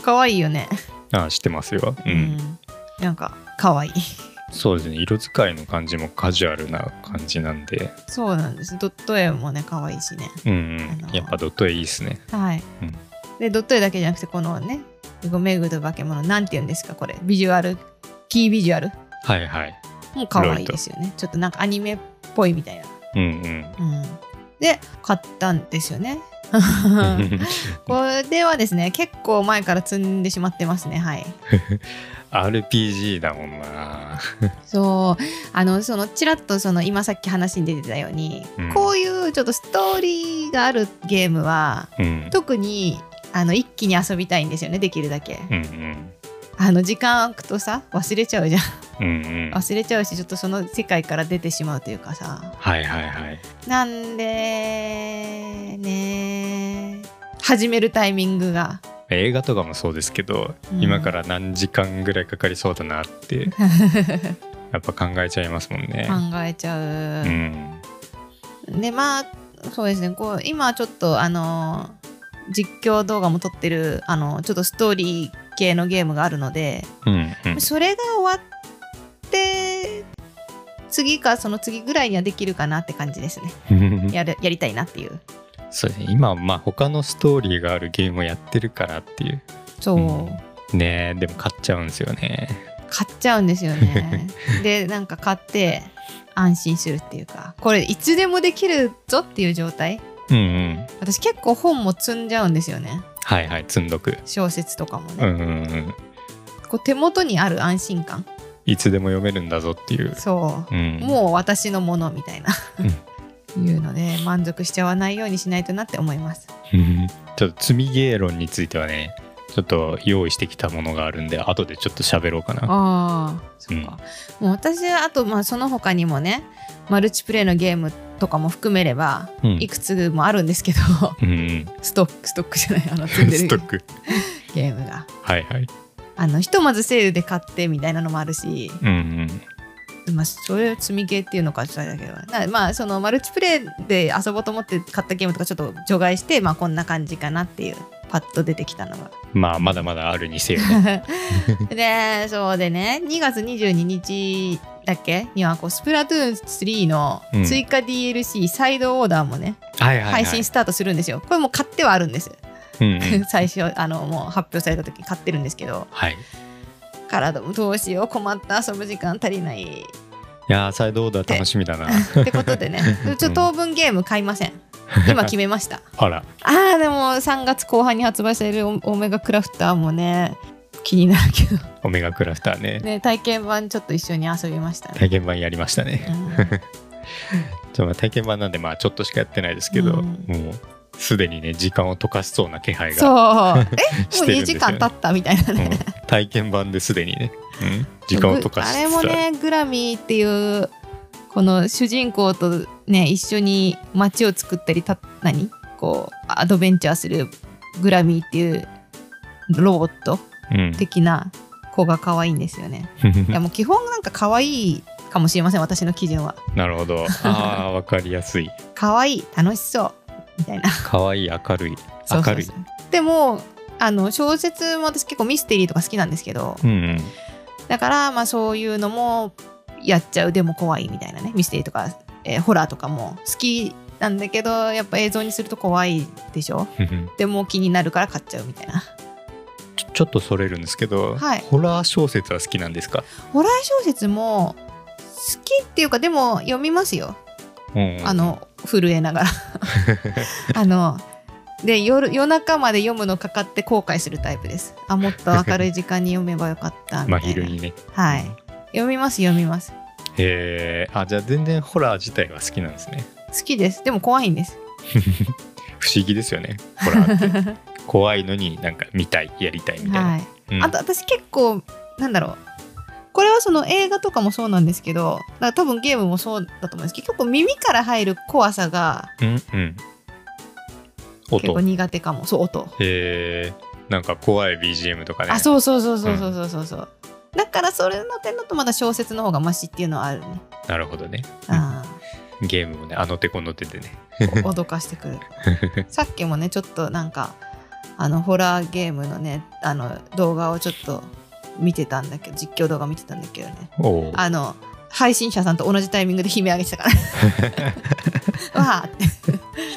Speaker 1: 可愛いよね、
Speaker 2: ああ知ってますよ、うん
Speaker 1: うんなんか可愛い
Speaker 2: そうですね色使いの感じもカジュアルな感じなんで
Speaker 1: そうなんです。ドット絵もね、可愛いしね。
Speaker 2: うん、
Speaker 1: あ
Speaker 2: う
Speaker 1: の
Speaker 2: ん、やっぱドット絵いいですね
Speaker 1: はい。
Speaker 2: うん
Speaker 1: で、ドット絵だけじゃなくて、このね、ゴメグと化け物、なんて言うんですか、これ。ビジュアル、キービジュアル
Speaker 2: はいはい
Speaker 1: も可愛いですよね。ちょっとなんかアニメっぽいみたいな。
Speaker 2: うん
Speaker 1: うん。で、買ったんですよね。
Speaker 2: うん
Speaker 1: これはですね、結構前から積んでしまってますね。はい。
Speaker 2: RPG だもんな
Speaker 1: そうあのそのちらっとその今さっき話に出てたように、
Speaker 2: うん
Speaker 1: こういうちょっとストーリーがあるゲームは
Speaker 2: うん
Speaker 1: 特にあの一気に遊びたいんですよねできるだけ
Speaker 2: うんうん
Speaker 1: あの時間空くとさ忘れちゃうじゃん
Speaker 2: うんうん
Speaker 1: 忘れちゃうしちょっとその世界から出てしまうというかさ
Speaker 2: はいはいはい
Speaker 1: なんでね始めるタイミングが
Speaker 2: 映画とかもそうですけど、
Speaker 1: うん
Speaker 2: 今から何時間ぐらいかかりそうだなって やっぱ考えちゃいますもんね
Speaker 1: 考。えちゃ
Speaker 2: う
Speaker 1: う、
Speaker 2: ん、
Speaker 1: でまあそうですねこう今ちょっとあの実況動画も撮ってるあのちょっとストーリー系のゲームがあるので
Speaker 2: うん、うん
Speaker 1: それが終わって次かその次ぐらいにはできるかなって感じですね
Speaker 2: うん、
Speaker 1: やるやりたいなっていう
Speaker 2: そうね今まあ他のストーリーがあるゲームをやってるからっていう
Speaker 1: そう、
Speaker 2: うんねえでも買っちゃうんですよね
Speaker 1: 買っちゃうんですよ ねでなんか買って安心するっていうかこれいつでもできるぞっていう状態
Speaker 2: うんうん
Speaker 1: 私結構本も積んじゃうんですよね
Speaker 2: はいはい積んどく
Speaker 1: 小説とかも
Speaker 2: う
Speaker 1: ね、
Speaker 2: んうんうん
Speaker 1: こう手元にある安心感
Speaker 2: いつでも読めるんだぞっていう
Speaker 1: そうう、
Speaker 2: ん
Speaker 1: もう私のものみたいな、 いうので満足しちゃわないようにしないとなって思います
Speaker 2: うんちょっと積みゲー論についてはねちょっと用意してきたものがあるんで後でちょっと喋ろうか な
Speaker 1: ああそっか、もう私はあとまあその他にもねマルチプレイのゲームとかも含めれば
Speaker 2: うん
Speaker 1: いくつもあるんですけど、
Speaker 2: うんうん
Speaker 1: ストックストックじゃないあ の積んで
Speaker 2: スト
Speaker 1: る
Speaker 2: ック
Speaker 1: ゲームが
Speaker 2: はいはい
Speaker 1: あのひとまずセールで買ってみたいなのもあるし、
Speaker 2: うんうん
Speaker 1: まあ、それ積みゲーっていうのかちょっとあれだけどなまあそのマルチプレイで遊ぼうと思って買ったゲームとかちょっと除外してまあこんな感じかなっていうパッと出てきたのが
Speaker 2: まあまだまだあるにせ よね
Speaker 1: でそうでね2月22日だっけにはこうスプラトゥーン3の
Speaker 2: うん
Speaker 1: 追加 DLC サイドオーダーもね、
Speaker 2: はいはい、はい、
Speaker 1: 配信スタートするんですよこれもう買ってはあるんです、
Speaker 2: うんうん
Speaker 1: 最初あのもう発表された時に買ってるんですけど
Speaker 2: はい
Speaker 1: 体もどうしよう困った遊ぶ時間足りない
Speaker 2: いやーサイドオーダー楽しみだな
Speaker 1: ってことでねちょっと当分ゲーム買いません今決めました
Speaker 2: あら
Speaker 1: あーでも3月後半に発売されるオオメガクラフターもね気になるけど
Speaker 2: オメガクラフターね
Speaker 1: ね体験版ちょっと一緒に遊びましたね、
Speaker 2: 体験版やりましたね
Speaker 1: うん
Speaker 2: ちょまあ体験版なんでまあちょっとしかやってないですけど、
Speaker 1: うん
Speaker 2: もうすでにね時間を溶かしそうな気配
Speaker 1: そう
Speaker 2: が
Speaker 1: えも
Speaker 2: し
Speaker 1: う
Speaker 2: てるん
Speaker 1: 2
Speaker 2: で
Speaker 1: 時
Speaker 2: すよ、ね、
Speaker 1: 間経ったみたいなね、
Speaker 2: うん体験版ですでにね、うん時間を溶かしつつ
Speaker 1: あれもねグラミーっていうこの主人公とね一緒に街を作ったりた何こうアドベンチャーするグラミーっていうロボット
Speaker 2: あるうん
Speaker 1: 的な子が可愛いんですよね。いやもう基本なんか可愛いかもしれません私の基準は。
Speaker 2: なるほどああわかりやすい
Speaker 1: 可愛い楽しそうみたいな。
Speaker 2: 可愛い明るい
Speaker 1: そうそ
Speaker 2: 明
Speaker 1: う
Speaker 2: るい
Speaker 1: そうでもあの小説も私結構ミステリーとか好きなんですけど、
Speaker 2: うん
Speaker 1: だからまあそういうのもやっちゃうでも怖いみたいなねミステリーとか、えーホラーとかも好きなんだけどやっぱ映像にすると怖いでしょ
Speaker 2: うん
Speaker 1: でも気になるから買っちゃうみたいな
Speaker 2: ちょちょっとそれるんですけど、
Speaker 1: はい
Speaker 2: ホラー小説は好きなんですか、
Speaker 1: ホラー小説も好きっていうかでも読みますよ
Speaker 2: うん
Speaker 1: あの震えな がらあので夜夜中まで読むのかかって後悔するタイプですあもっと明るい時間に読めばよかったみ
Speaker 2: 真
Speaker 1: たい
Speaker 2: 昼
Speaker 1: な
Speaker 2: にね
Speaker 1: はい読みます読みます
Speaker 2: へえあじゃあ全然ホラー自体は好きなんですね
Speaker 1: 好きですでも怖いんです
Speaker 2: 不思議ですよねホラーって 怖いのになんか見たいやりたいみたいな、
Speaker 1: はい
Speaker 2: うん
Speaker 1: あと私結構なんだろうこれはその映画とかもそうなんですけどだから多分ゲームもそうだと思うんですけど結構耳から入る怖さが
Speaker 2: うんうん
Speaker 1: 結構
Speaker 2: 音へ
Speaker 1: 苦手かもそう音、
Speaker 2: えなんか怖い BGM とかね
Speaker 1: あそうそうそうそうそうそうそうそうだからそれの点だとまだ小説の方がマシっていうのはあるね
Speaker 2: なるほどね
Speaker 1: あ
Speaker 2: ゲームもねあの手この手でね
Speaker 1: ーお脅かしてく るさっきもねちょっとなんかあのホラーゲームのねあの動画をちょっと見てたんだけど実況動画見てたんだけどね
Speaker 2: おお
Speaker 1: あの配信者さんと同じタイミングで悲鳴上げてたから わあって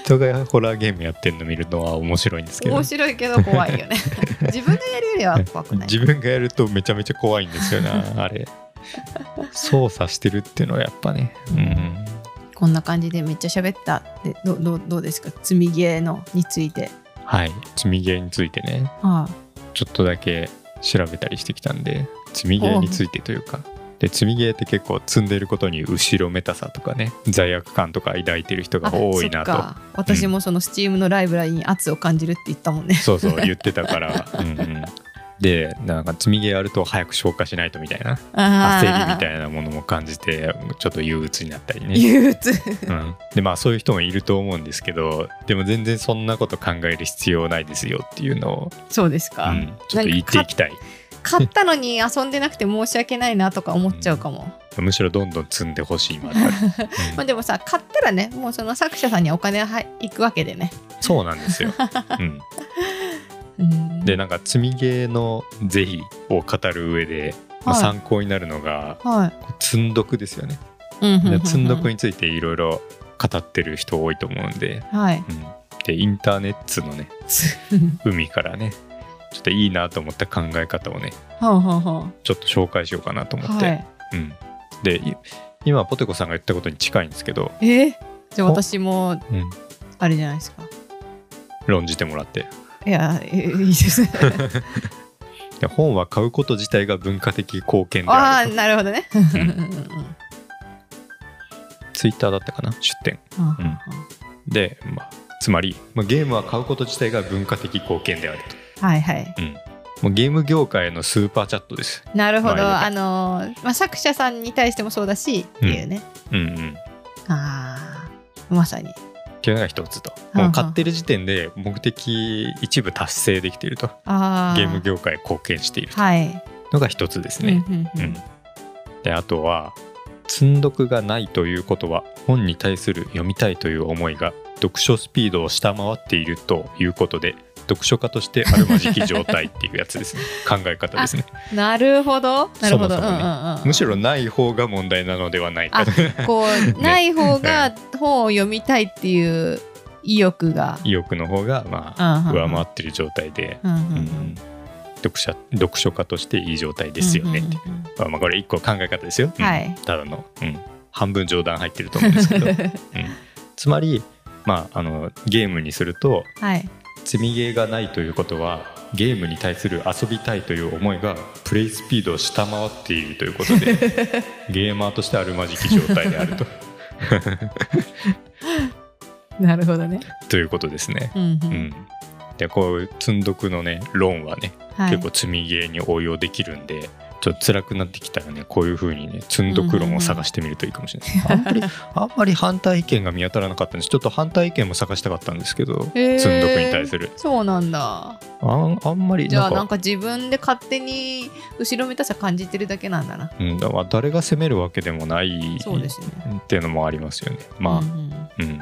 Speaker 2: 人がホラーゲームやってるの見るのは面白いんですけど
Speaker 1: 面白いけど怖いよ ね自分がやるよりは怖くない
Speaker 2: 自分がやるとめちゃめちゃ怖いんですよ なあれ操作してるっていうのはやっぱねうん
Speaker 1: こんな感じでめっちゃ喋ったでどどどうですか積みゲーのについて
Speaker 2: はい積みゲーについてね
Speaker 1: は
Speaker 2: ちょっとだけ調べたりしてきたんで積みゲーについてというかで積みゲーって結構積んでることに後ろめたさとかね罪悪感とか抱いてる人
Speaker 1: あ
Speaker 2: が多い
Speaker 1: そっ
Speaker 2: なと
Speaker 1: か私もその Steam のライブラリに圧を感じるって言ったもんね、
Speaker 2: そうそう言ってたからうん、うん、でなんか積みゲーやると早く消化しないとみたいな
Speaker 1: あ
Speaker 2: 焦りみた
Speaker 1: い
Speaker 2: いなものも感じてちょっと憂鬱になったりね
Speaker 1: 憂鬱
Speaker 2: うん、でまあそういう人もいると思うんですけどでも全然そんなこと考える必要ないですよっていうのを、
Speaker 1: そうです
Speaker 2: う
Speaker 1: か、
Speaker 2: ん、ちょっと言っていきたい
Speaker 1: 買ったのに遊んでなくて申し訳ないなとか思っちゃうかも、
Speaker 2: むしろどんどん積んでほしいま である、うん
Speaker 1: まあ、でもさ買ったらねもうその作者さんにお金は行くわけでね、
Speaker 2: そうなんですよ、うん、
Speaker 1: うん
Speaker 2: でなんか積みゲーの是非を語る上で、まあ
Speaker 1: はい
Speaker 2: 参考になるのが
Speaker 1: はい
Speaker 2: 積んどくですよね
Speaker 1: うんうんうんう
Speaker 2: で
Speaker 1: ん
Speaker 2: 積んどくについていろいろ語ってる人多いと思うんで、
Speaker 1: はい。
Speaker 2: うん、でインターネットのね海からねちょっといいなと思った考え方をね
Speaker 1: ほうほうほ
Speaker 2: ちょっと紹介しようかなと
Speaker 1: う。
Speaker 2: 思って、
Speaker 1: はい。
Speaker 2: うん、でい今ポテコさんが言ったことに近いんですけど、
Speaker 1: えーじゃあ私もあれじゃないですか。
Speaker 2: 論じてもらって
Speaker 1: いや、えいいです。
Speaker 2: で本は買うこと自体が文化的貢献であ
Speaker 1: ああ、
Speaker 2: る
Speaker 1: なるほどね。
Speaker 2: ん
Speaker 1: うんうんうん
Speaker 2: ツイッターだったかな出典
Speaker 1: うん
Speaker 2: で、まあ、つまり、まあ、ゲームは買うこと自体が文化的貢献である
Speaker 1: はいはい。
Speaker 2: と、うん、もうゲーム業界へのスーパーチャットです、
Speaker 1: なるほど。
Speaker 2: まあ
Speaker 1: あのー、まあ、作者さんに対してもそうだしっていうね。
Speaker 2: うんうん、っ
Speaker 1: ああ、まさに。
Speaker 2: ていうのが一つと
Speaker 1: うんうん
Speaker 2: もう買ってる時点で目的一部達成できていると
Speaker 1: ああ。
Speaker 2: ゲーム業界へ貢献している
Speaker 1: はい。
Speaker 2: のが一つです
Speaker 1: うん
Speaker 2: ね、
Speaker 1: うんう
Speaker 2: うんん、であとは積んどくがないということは本に対する読みたいという思いが読書スピードを下回っているということで読書家としてあるまじき状態っていうやつですね 考え方ですね
Speaker 1: なるほど。なるほど。
Speaker 2: そもそもね
Speaker 1: うんうんうん
Speaker 2: むしろない方が問題なのではないか
Speaker 1: あ
Speaker 2: と
Speaker 1: こう、ない方が本を読みたいっていう意欲が。
Speaker 2: 意欲の方がまあ
Speaker 1: うんうんうん
Speaker 2: 上回ってる状態で、
Speaker 1: うんうんう
Speaker 2: うん
Speaker 1: ん
Speaker 2: 読者読書家としていい状態ですよねって、
Speaker 1: うんうんうん
Speaker 2: まあ、まあこれ一個考え方ですよ、うん
Speaker 1: はい
Speaker 2: ただの、うん、半分冗談入ってると思うんですけど、うん、つまり、まあ、あのゲームにすると
Speaker 1: はい
Speaker 2: 積みゲーがないということはゲームに対する遊びたいという思いがプレイスピードを下回っているということでゲーマーとしてあるまじき状態であると
Speaker 1: なるほどね、
Speaker 2: ということですね。
Speaker 1: うんう
Speaker 2: うんん、でこういう積んどくのね論はね、
Speaker 1: はい、
Speaker 2: 結構積みゲーに応用できるんで。ちょっと辛くなってきたらねこういう風にね積んどく論を探してみるといいかもしれない、あんまりあんまり反対意見が見当たらなかったんですちょっと反対意見も探したかったんですけど、
Speaker 1: へー
Speaker 2: 積んどくに対する
Speaker 1: そうなんだ
Speaker 2: あんあんまり
Speaker 1: じゃあ
Speaker 2: なんか
Speaker 1: なんか自分で勝手に後ろめたさ感じてるだけなんだな
Speaker 2: うん、だから誰が責めるわけでもない
Speaker 1: そうですね
Speaker 2: っていうのもありますよね。まあ、
Speaker 1: うんうん
Speaker 2: うん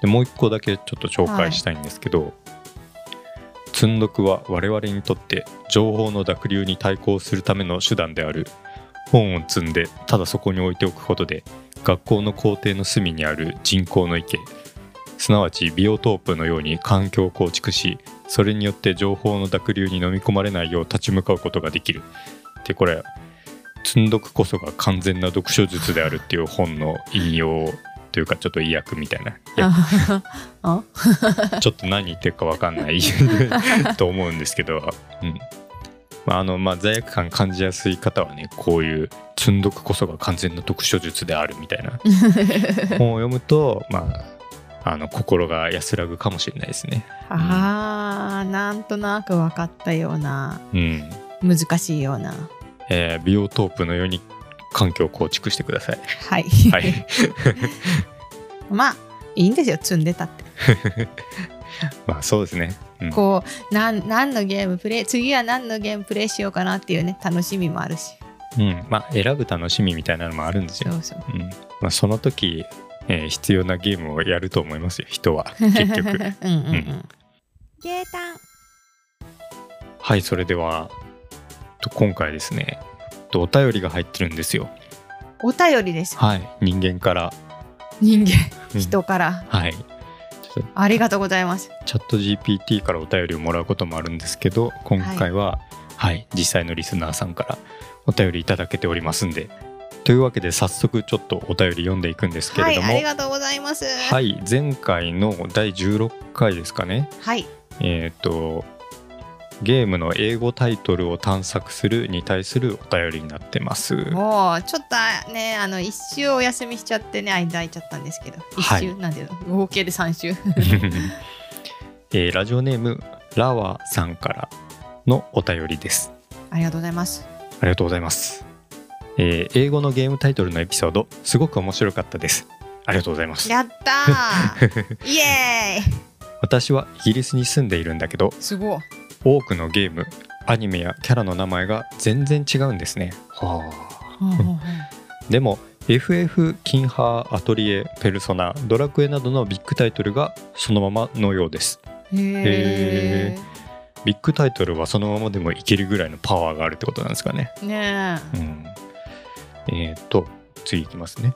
Speaker 2: でもう一個だけちょっと紹介したいんですけど、積んどくは我々にとって情報の濁流に対抗するための手段である本を積んでただそこに置いておくことで学校の校庭の隅にある人工の池すなわちビオトープのように環境を構築しそれによって情報の濁流に飲み込まれないよう立ち向かうことができるでこれ積んどくこそが完全な読書術であるっていう本の引用というかちょっと意訳みたいな
Speaker 1: あ あ
Speaker 2: ちょっと何言ってるか分かんない と思うんですけど、うんまああのまあ、罪悪感感じやすい方はねこういう「積んどくこそが完全な読書術である」みたいな本を読むと、まあ、あの心が安らぐかもしれないですね。
Speaker 1: あーなんとなく分かったような
Speaker 2: うん
Speaker 1: 難しいような
Speaker 2: えービオトープのように環境を構築してください。
Speaker 1: はい、
Speaker 2: はい
Speaker 1: まあいいんですよ積んでたって
Speaker 2: まあそうですね、うん
Speaker 1: こうなん何のゲームプレイ次は何のゲームプレイしようかなっていうね楽しみもあるし
Speaker 2: うんまあ、選ぶ楽しみみたいなのもあるんですよ
Speaker 1: そ。うそう
Speaker 2: うんまあ、その時、えー必要なゲームをやると思いますよ人は結局
Speaker 1: うんうんう
Speaker 2: うん
Speaker 1: ゲータン
Speaker 2: はいそれではと今回ですねとお便りが入ってるんですよ
Speaker 1: お便りです
Speaker 2: はい人間から、
Speaker 1: 人間
Speaker 2: うん
Speaker 1: 人から
Speaker 2: はいちょっと
Speaker 1: ありがとうございます
Speaker 2: チャット GPT からお便りをもらうこともあるんですけど今回ははい、実際のリスナーさんからお便りいただけておりますんでというわけで早速ちょっとお便り読んでいくんですけ
Speaker 1: は
Speaker 2: れ
Speaker 1: い
Speaker 2: ども
Speaker 1: ありがとうございますは、
Speaker 2: はいい前回の第16回ですかねえっ、とゲームの英語タイトルを探索するに対するお便りになってます。
Speaker 1: もうちょっとねあの一周お休みしちゃってね間空いちゃったんですけど一
Speaker 2: はい
Speaker 1: 周、なんていうの合計で三 周
Speaker 2: えーラジオネームラワさんからのお便りです。
Speaker 1: ありがとうございます
Speaker 2: ありがとうございます。えー英語のゲームタイトルのエピソードすごく面白かったです。ありがとうございます。
Speaker 1: やった ーイエーイ
Speaker 2: 私はイギリスに住んでいるんだけど
Speaker 1: すごい
Speaker 2: 多くのゲームアニメやキャラの名前が全然違うんですね。はあ。でも FF キンハーアトリエペルソナドラクエなどのビッグタイトルがそのままのようです
Speaker 1: へ
Speaker 2: へビッグタイトルはそのままでもいけるぐらいのパワーがあるってことなんですかね
Speaker 1: えね
Speaker 2: うんえー、と次いきますね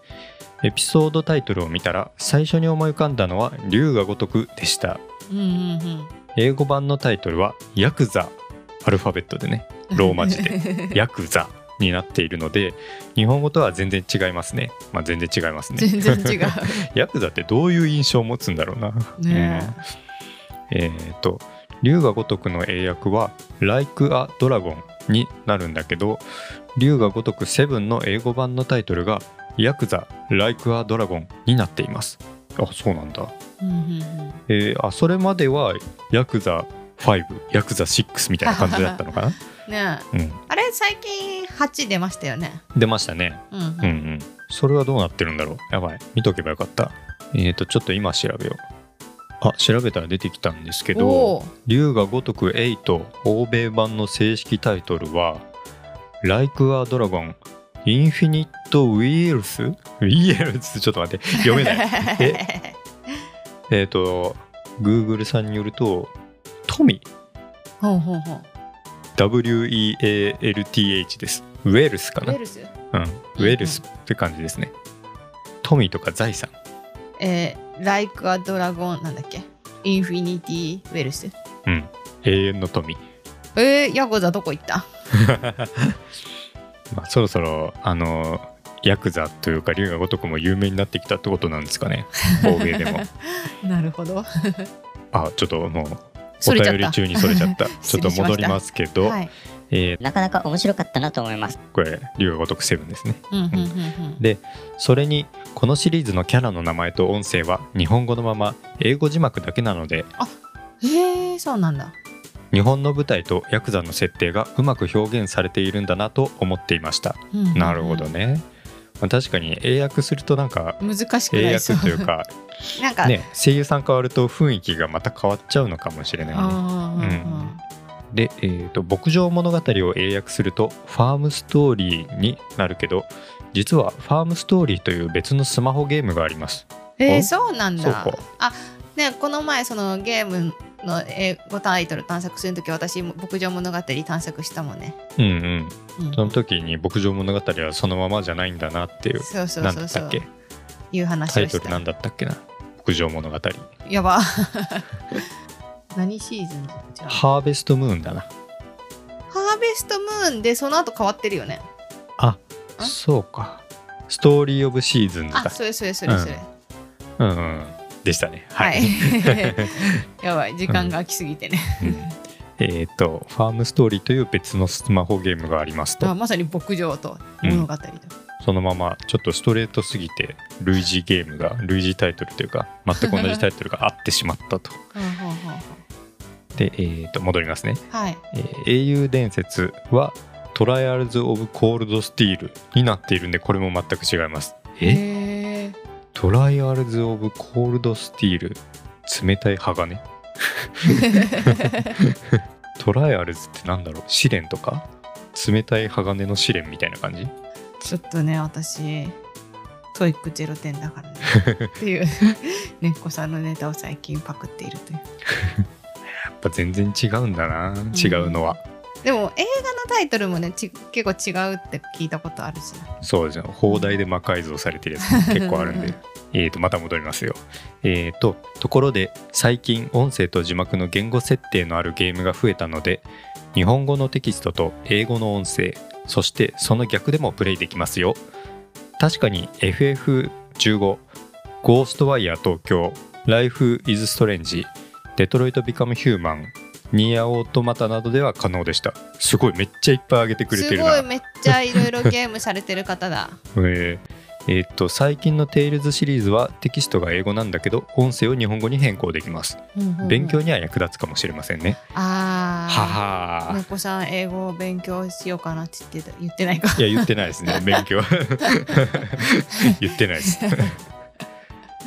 Speaker 2: エピソードタイトルを見たら最初に思い浮かんだのは「竜が如く」でした
Speaker 1: えうんうん
Speaker 2: 英語版のタイトルは「ヤクザ」アルファベット でね
Speaker 1: うん
Speaker 2: ローマ字で
Speaker 1: で
Speaker 2: ヤクザになっているので日本語とは全然違いますねまあ全然違いますね
Speaker 1: 全然違 う
Speaker 2: ヤクザってどういう印象を持つんだろうな。
Speaker 1: ね
Speaker 2: うんえーと龍が如くの英訳は「Like a Dragon」になるんだけど龍が如く7の英語版のタイトルが「ヤクザ Like a Dragon」になっています。あそうなんだ。
Speaker 1: えうんうん
Speaker 2: えーあそれまではヤクザ5ヤクザ6みたいな感じだったのか な、
Speaker 1: うんねえ
Speaker 2: うん、
Speaker 1: あれ最近八出ましたよね
Speaker 2: 出ましたね。
Speaker 1: うんうん
Speaker 2: うんうん。それはどうなってるんだろうやばい。見とけばよかった。えー、と、ちょっと今調べよう。あ、調べたら出てきたんですけ
Speaker 1: お
Speaker 2: ど
Speaker 1: ー、
Speaker 2: 竜が如く8、欧米版の正式タイトルは、Like a Dragon Infinite Wheels? Wheels? ちょっと待って、読 めない。ええっ、と、Google さんによると、トミ、
Speaker 1: ほうほうほう
Speaker 2: W-E-A-L-T-H です。ウェルスか
Speaker 1: ウ
Speaker 2: な
Speaker 1: ェ。ルス
Speaker 2: うん、ウェルスって感じですね。富とか財産。
Speaker 1: えー、Like a Dragon なんだっけインフィニティウェルス
Speaker 2: うん、永遠の富。
Speaker 1: えー、ヤコザどこ行った
Speaker 2: まあ、そろそろあのヤクザというか龍が如くも有名になってきたってことなんですかね欧米でも
Speaker 1: なるほど。
Speaker 2: あちょっともうお
Speaker 1: それちゃ
Speaker 2: 便
Speaker 1: っ
Speaker 2: り
Speaker 1: た。
Speaker 2: 中にそれちゃったち
Speaker 1: 失礼しま
Speaker 2: ょっと
Speaker 1: した
Speaker 2: 戻りますけ ど、
Speaker 1: はい。
Speaker 2: え
Speaker 3: なかなか面白かったなと思います。
Speaker 2: ーこれ龍が如くセブンですね
Speaker 1: うんうんうんうん
Speaker 2: でそれにこのシリーズのキャラの名前と音声は日本語のまま英語字幕だけなので
Speaker 1: へえ、そうなんだ。
Speaker 2: 日本の舞台とヤクザの設定がうまく表現されているんだなと思っていました、
Speaker 1: うんうんうん
Speaker 2: なるほど。ね、まあ、確かに英訳するとなんか
Speaker 1: 難しくな
Speaker 2: 英
Speaker 1: いそう
Speaker 2: 訳。というか、
Speaker 1: なんか。
Speaker 2: ね、声優さん変わると雰囲気がまた変わっちゃうのかもしれないね
Speaker 1: あーうん
Speaker 2: で、えーと牧場物語を英訳するとファームストーリーになるけど実はファームストーリーという別のスマホゲームがあります
Speaker 1: え
Speaker 2: お
Speaker 1: ー、そうなん
Speaker 2: そう
Speaker 1: だ
Speaker 2: か。
Speaker 1: あ、ね、この前そのゲームの英語タイトル探索するとき、私も牧場物語探索したもんね。
Speaker 2: うんうん
Speaker 1: うん
Speaker 2: その時に牧場物語はそのままじゃないんだなっていう
Speaker 1: そうそう
Speaker 2: なん
Speaker 1: そ
Speaker 2: だ
Speaker 1: う
Speaker 2: っ
Speaker 1: そ
Speaker 2: た
Speaker 1: う
Speaker 2: っ。け
Speaker 1: いう話
Speaker 2: タ
Speaker 1: を
Speaker 2: イト
Speaker 1: し
Speaker 2: ルな
Speaker 1: た
Speaker 2: ん。だったっけな牧場物語
Speaker 1: や ば。何シーズンじゃあ
Speaker 2: ハーベストムーンだな
Speaker 1: ハーベストムーンでその後変わってるよね。
Speaker 2: あ
Speaker 1: ん
Speaker 2: そうかストーリー・オブ・シーズンズだ
Speaker 1: あ、それそれそれそれ。
Speaker 2: うんうんでしたね
Speaker 1: は
Speaker 2: はい、
Speaker 1: い。 やばい、時間が空きすぎてね。
Speaker 2: うんえっ、とファームストーリーという別のスマホゲームがありますと
Speaker 1: あまさに牧場と物語と。
Speaker 2: そのままちょっとストレートすぎて類似ゲームが類似タイトルというか全く同じタイトルが合ってしまったと。
Speaker 1: うんうんうんうん
Speaker 2: で、えー、と戻りますね、
Speaker 1: はい。
Speaker 2: えー英雄伝説はトライアルズ・オブ・コールド・スティールになっているんでこれも全く違います。え
Speaker 1: へー
Speaker 2: トライアルズ・オブ・コールド・スティール冷たい鋼トライアルズってなんだろう試練とか冷たい鋼の試練みたいな感じ
Speaker 1: ちょっとね、私、トイックゼロ点だからね。って いう、猫さんのネタを最近パクっているという。
Speaker 2: やっぱ全然違うんだな違うのは。
Speaker 1: でも映画のタイトルもね、ち結構違うって聞いたことあるしな。
Speaker 2: そうですね放題で魔改造されてるやつも結構あるんで えーとまた戻りますよ。えー、とところで最近音声と字幕の言語設定のあるゲームが増えたので日本語のテキストと英語の音声そしてその逆でもプレイできますよ。確かに FF15 ゴーストワイヤー東京 Life is Strange デトロイトビカムヒューマンニアオートマタなどでは可能でした。すごいめっちゃいっぱい上げてくれて
Speaker 1: す
Speaker 2: るな。
Speaker 1: ごいめっちゃいろいろゲームされてる方だ。
Speaker 2: えーえーっと最近の「テイルズ」シリーズはテキストが英語なんだけど音声を日本語に変更できます 勉強
Speaker 1: に
Speaker 2: には役立つかもしれませんね、
Speaker 1: あ
Speaker 2: は
Speaker 1: あ。
Speaker 2: はー
Speaker 1: 猫さん英語を勉強しようかなって言ってた言ってないか。
Speaker 2: いや言ってないですね勉 強言ってないです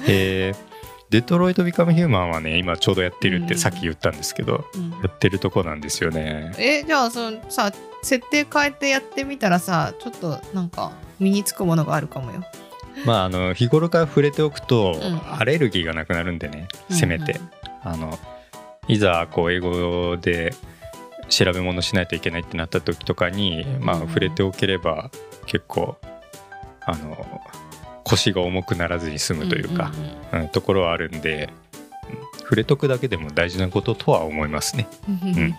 Speaker 2: えーデトロイト・ビカム・ヒューマンはね今ちょうどやってるって
Speaker 1: うん
Speaker 2: さっき言ったんですけど、
Speaker 1: うん
Speaker 2: やってるとこなんですよね
Speaker 1: えじゃあそのさ設定変えてやってみたらさちょっとなんか身につくものがあるかもよ。
Speaker 2: まああの日頃から触れておくと、
Speaker 1: うん
Speaker 2: アレルギーがなくなるんでねせめて、
Speaker 1: うんうん
Speaker 2: あのいざこう英語で調べ物しないといけないってなった時とかに、まあ、
Speaker 1: うん
Speaker 2: 触れておければ結構あの腰が重くならずに済むというか、うんところはあるんでうん触れとくだけでも大事なこととは思いますね。
Speaker 1: うんうんうん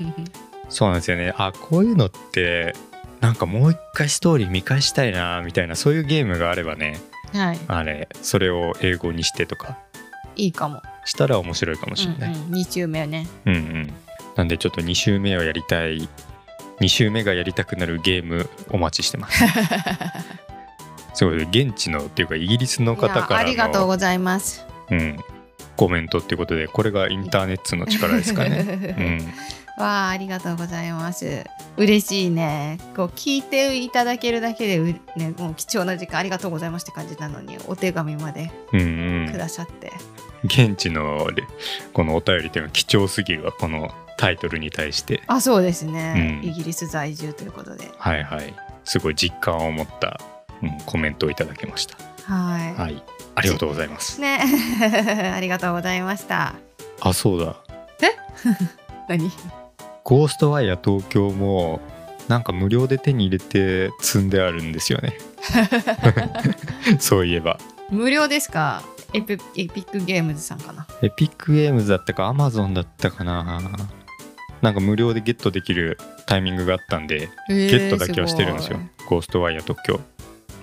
Speaker 2: そうなんですよねあこういうのってなんかもう一回ストーリー見返したいなみたいなそういうゲームがあればね
Speaker 1: はい
Speaker 2: あれそれを英語にしてとか
Speaker 1: いいかも。
Speaker 2: したら面白いかもしれない。
Speaker 1: うんうん二中目ね。
Speaker 2: うんうん、なんでちょっと2週目をやりたい2週目がやりたくなるゲームお待ちして ますすごい現地のっていうかイギリスの方
Speaker 1: いや
Speaker 2: か
Speaker 1: あ
Speaker 2: ら
Speaker 1: りがとう
Speaker 2: の、
Speaker 1: ございます。
Speaker 2: うん、コメントっていうことでこれがインターネットの力です かね、うん、
Speaker 1: わあありがとうございます。嬉しいね。こう聞いていただけるだけでうねもう貴重な時間ありがとうございますって感じなのにお手紙まで
Speaker 2: うんう
Speaker 1: く
Speaker 2: ん
Speaker 1: ださって。
Speaker 2: 現地のレこのお便りっていうのは貴重すぎるわこのタイトルに対して
Speaker 1: あそうですね、
Speaker 2: うん
Speaker 1: イギリス在住ということで
Speaker 2: はいはいすごい実感を持った、うん、コメントをいただきました
Speaker 1: はい、
Speaker 2: はいありがとうございます
Speaker 1: ね ありがとうございました
Speaker 2: あそうだ
Speaker 1: 何
Speaker 2: ゴーストワイヤー東京もなんか無料で手に入れて積んであるんですよ ねそういえば
Speaker 1: 無料ですかエピエピックゲームズさんかな
Speaker 2: エピックゲームズだったかアマゾンだったかななんか無料でゲットできるタイミングがあったんで
Speaker 1: ゲ
Speaker 2: ゲットだけはしてるんですよ、ゴーストワイヤー特許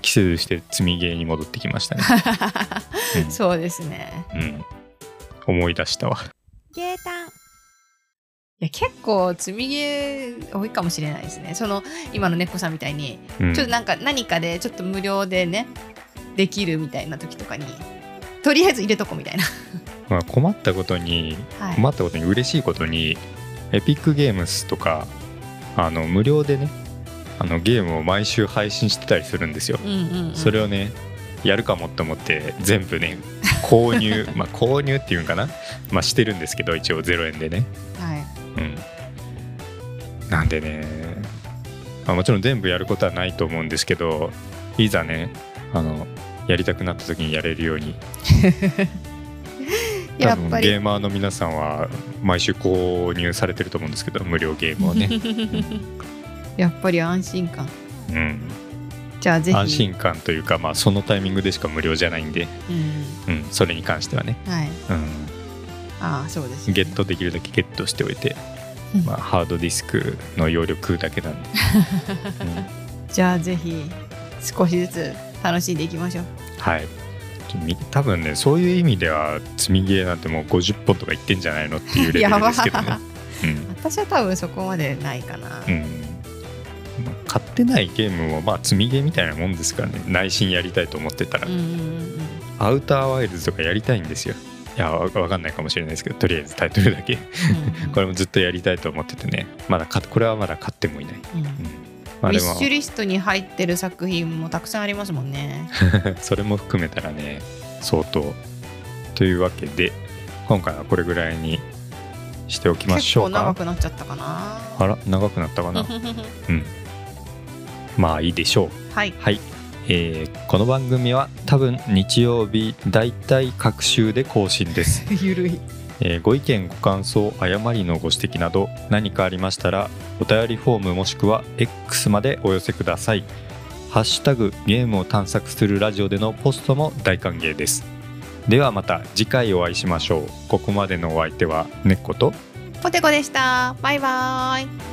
Speaker 2: 着せずして積みゲーに戻ってき ましたね、うん
Speaker 1: そうですね
Speaker 2: うん、思い出したわ
Speaker 1: ゲータンいや結構積みゲー多いかもしれないですねその今の猫さんみたいに
Speaker 2: うん
Speaker 1: ちょっとなんか何かでちょっと無料でねできるみたいな時とかにとりあえず入れとこうみたい な、
Speaker 2: まあ、困ったことに
Speaker 1: はい
Speaker 2: 困ったことに嬉しいことにエピックゲームスとかあの無料でねあのゲームを毎週配信してたりするんですよ、
Speaker 1: うんうんうん
Speaker 2: それをねやるかもと思って全部ね 購入まあ購入っていうんかな、まあ、してるんですけど一応0円でね
Speaker 1: はい
Speaker 2: うんなんでね、まあ、もちろん全部やることはないと思うんですけどいざねあのやりたくなった時にやれるように
Speaker 1: や
Speaker 2: 多
Speaker 1: っ
Speaker 2: 分
Speaker 1: ぱり
Speaker 2: ゲーマーの皆さんは毎週購入されてると思うんですけど無料ゲームを ね、
Speaker 1: やっぱり安心感
Speaker 2: うん、
Speaker 1: じゃあぜひ
Speaker 2: 安心感というか、まあ、そのタイミングでしか無料じゃないんで、
Speaker 1: うん
Speaker 2: うん、それに関してはね、
Speaker 1: はい
Speaker 2: うん、
Speaker 1: ああそうですよね、
Speaker 2: ゲットできるだけゲットしておいて、
Speaker 1: うん
Speaker 2: まあ、ハードディスクの容量食うだ けなんで、
Speaker 1: じゃあぜひ少しずつ楽しんでいきましょう
Speaker 2: うんはいみ多分ねそういう意味では積みゲーなんてもう50本とかいってんじゃないのっていうレベルですけどね
Speaker 1: やば、私は多分そこまでないかな、
Speaker 2: うんうんまあ買ってないゲームもまあ積みゲーみたいなもんですからね内心やりたいと思ってたら、
Speaker 1: うんうんうんうん
Speaker 2: アウターワイルズとかやりたいんですよ。いやわわかんないかもしれないですけどとりあえずタイトルだけ これもずっとやりたいと思っててねまだかこれはまだ買ってもいない、
Speaker 1: うんうん
Speaker 2: うんまあ
Speaker 1: ウィ
Speaker 2: で
Speaker 1: ッ
Speaker 2: も
Speaker 1: シュリストに入ってる作品もたくさんありますもんね
Speaker 2: それも含めたらね相当というわけで今回はこれぐらいにしておきまし
Speaker 1: 結
Speaker 2: ょ
Speaker 1: 構
Speaker 2: う
Speaker 1: 長
Speaker 2: か
Speaker 1: くなっちゃったかな
Speaker 2: あら長くなったか な
Speaker 1: は
Speaker 2: うんまあいいでしょう
Speaker 1: い
Speaker 2: はい、えーこの番組は多分日曜日だいたい各週で更新です
Speaker 1: ゆるい
Speaker 2: えーご意見ご感想誤りのご指摘など何かありましたらお便りフォームもしくは X までお寄せください「ハッシュタグゲームを探索するラジオ」でのポストも大歓迎ですではまた次回お会いしましょうここまでのお相手はねっこと
Speaker 1: ポテコでしたバイバーイ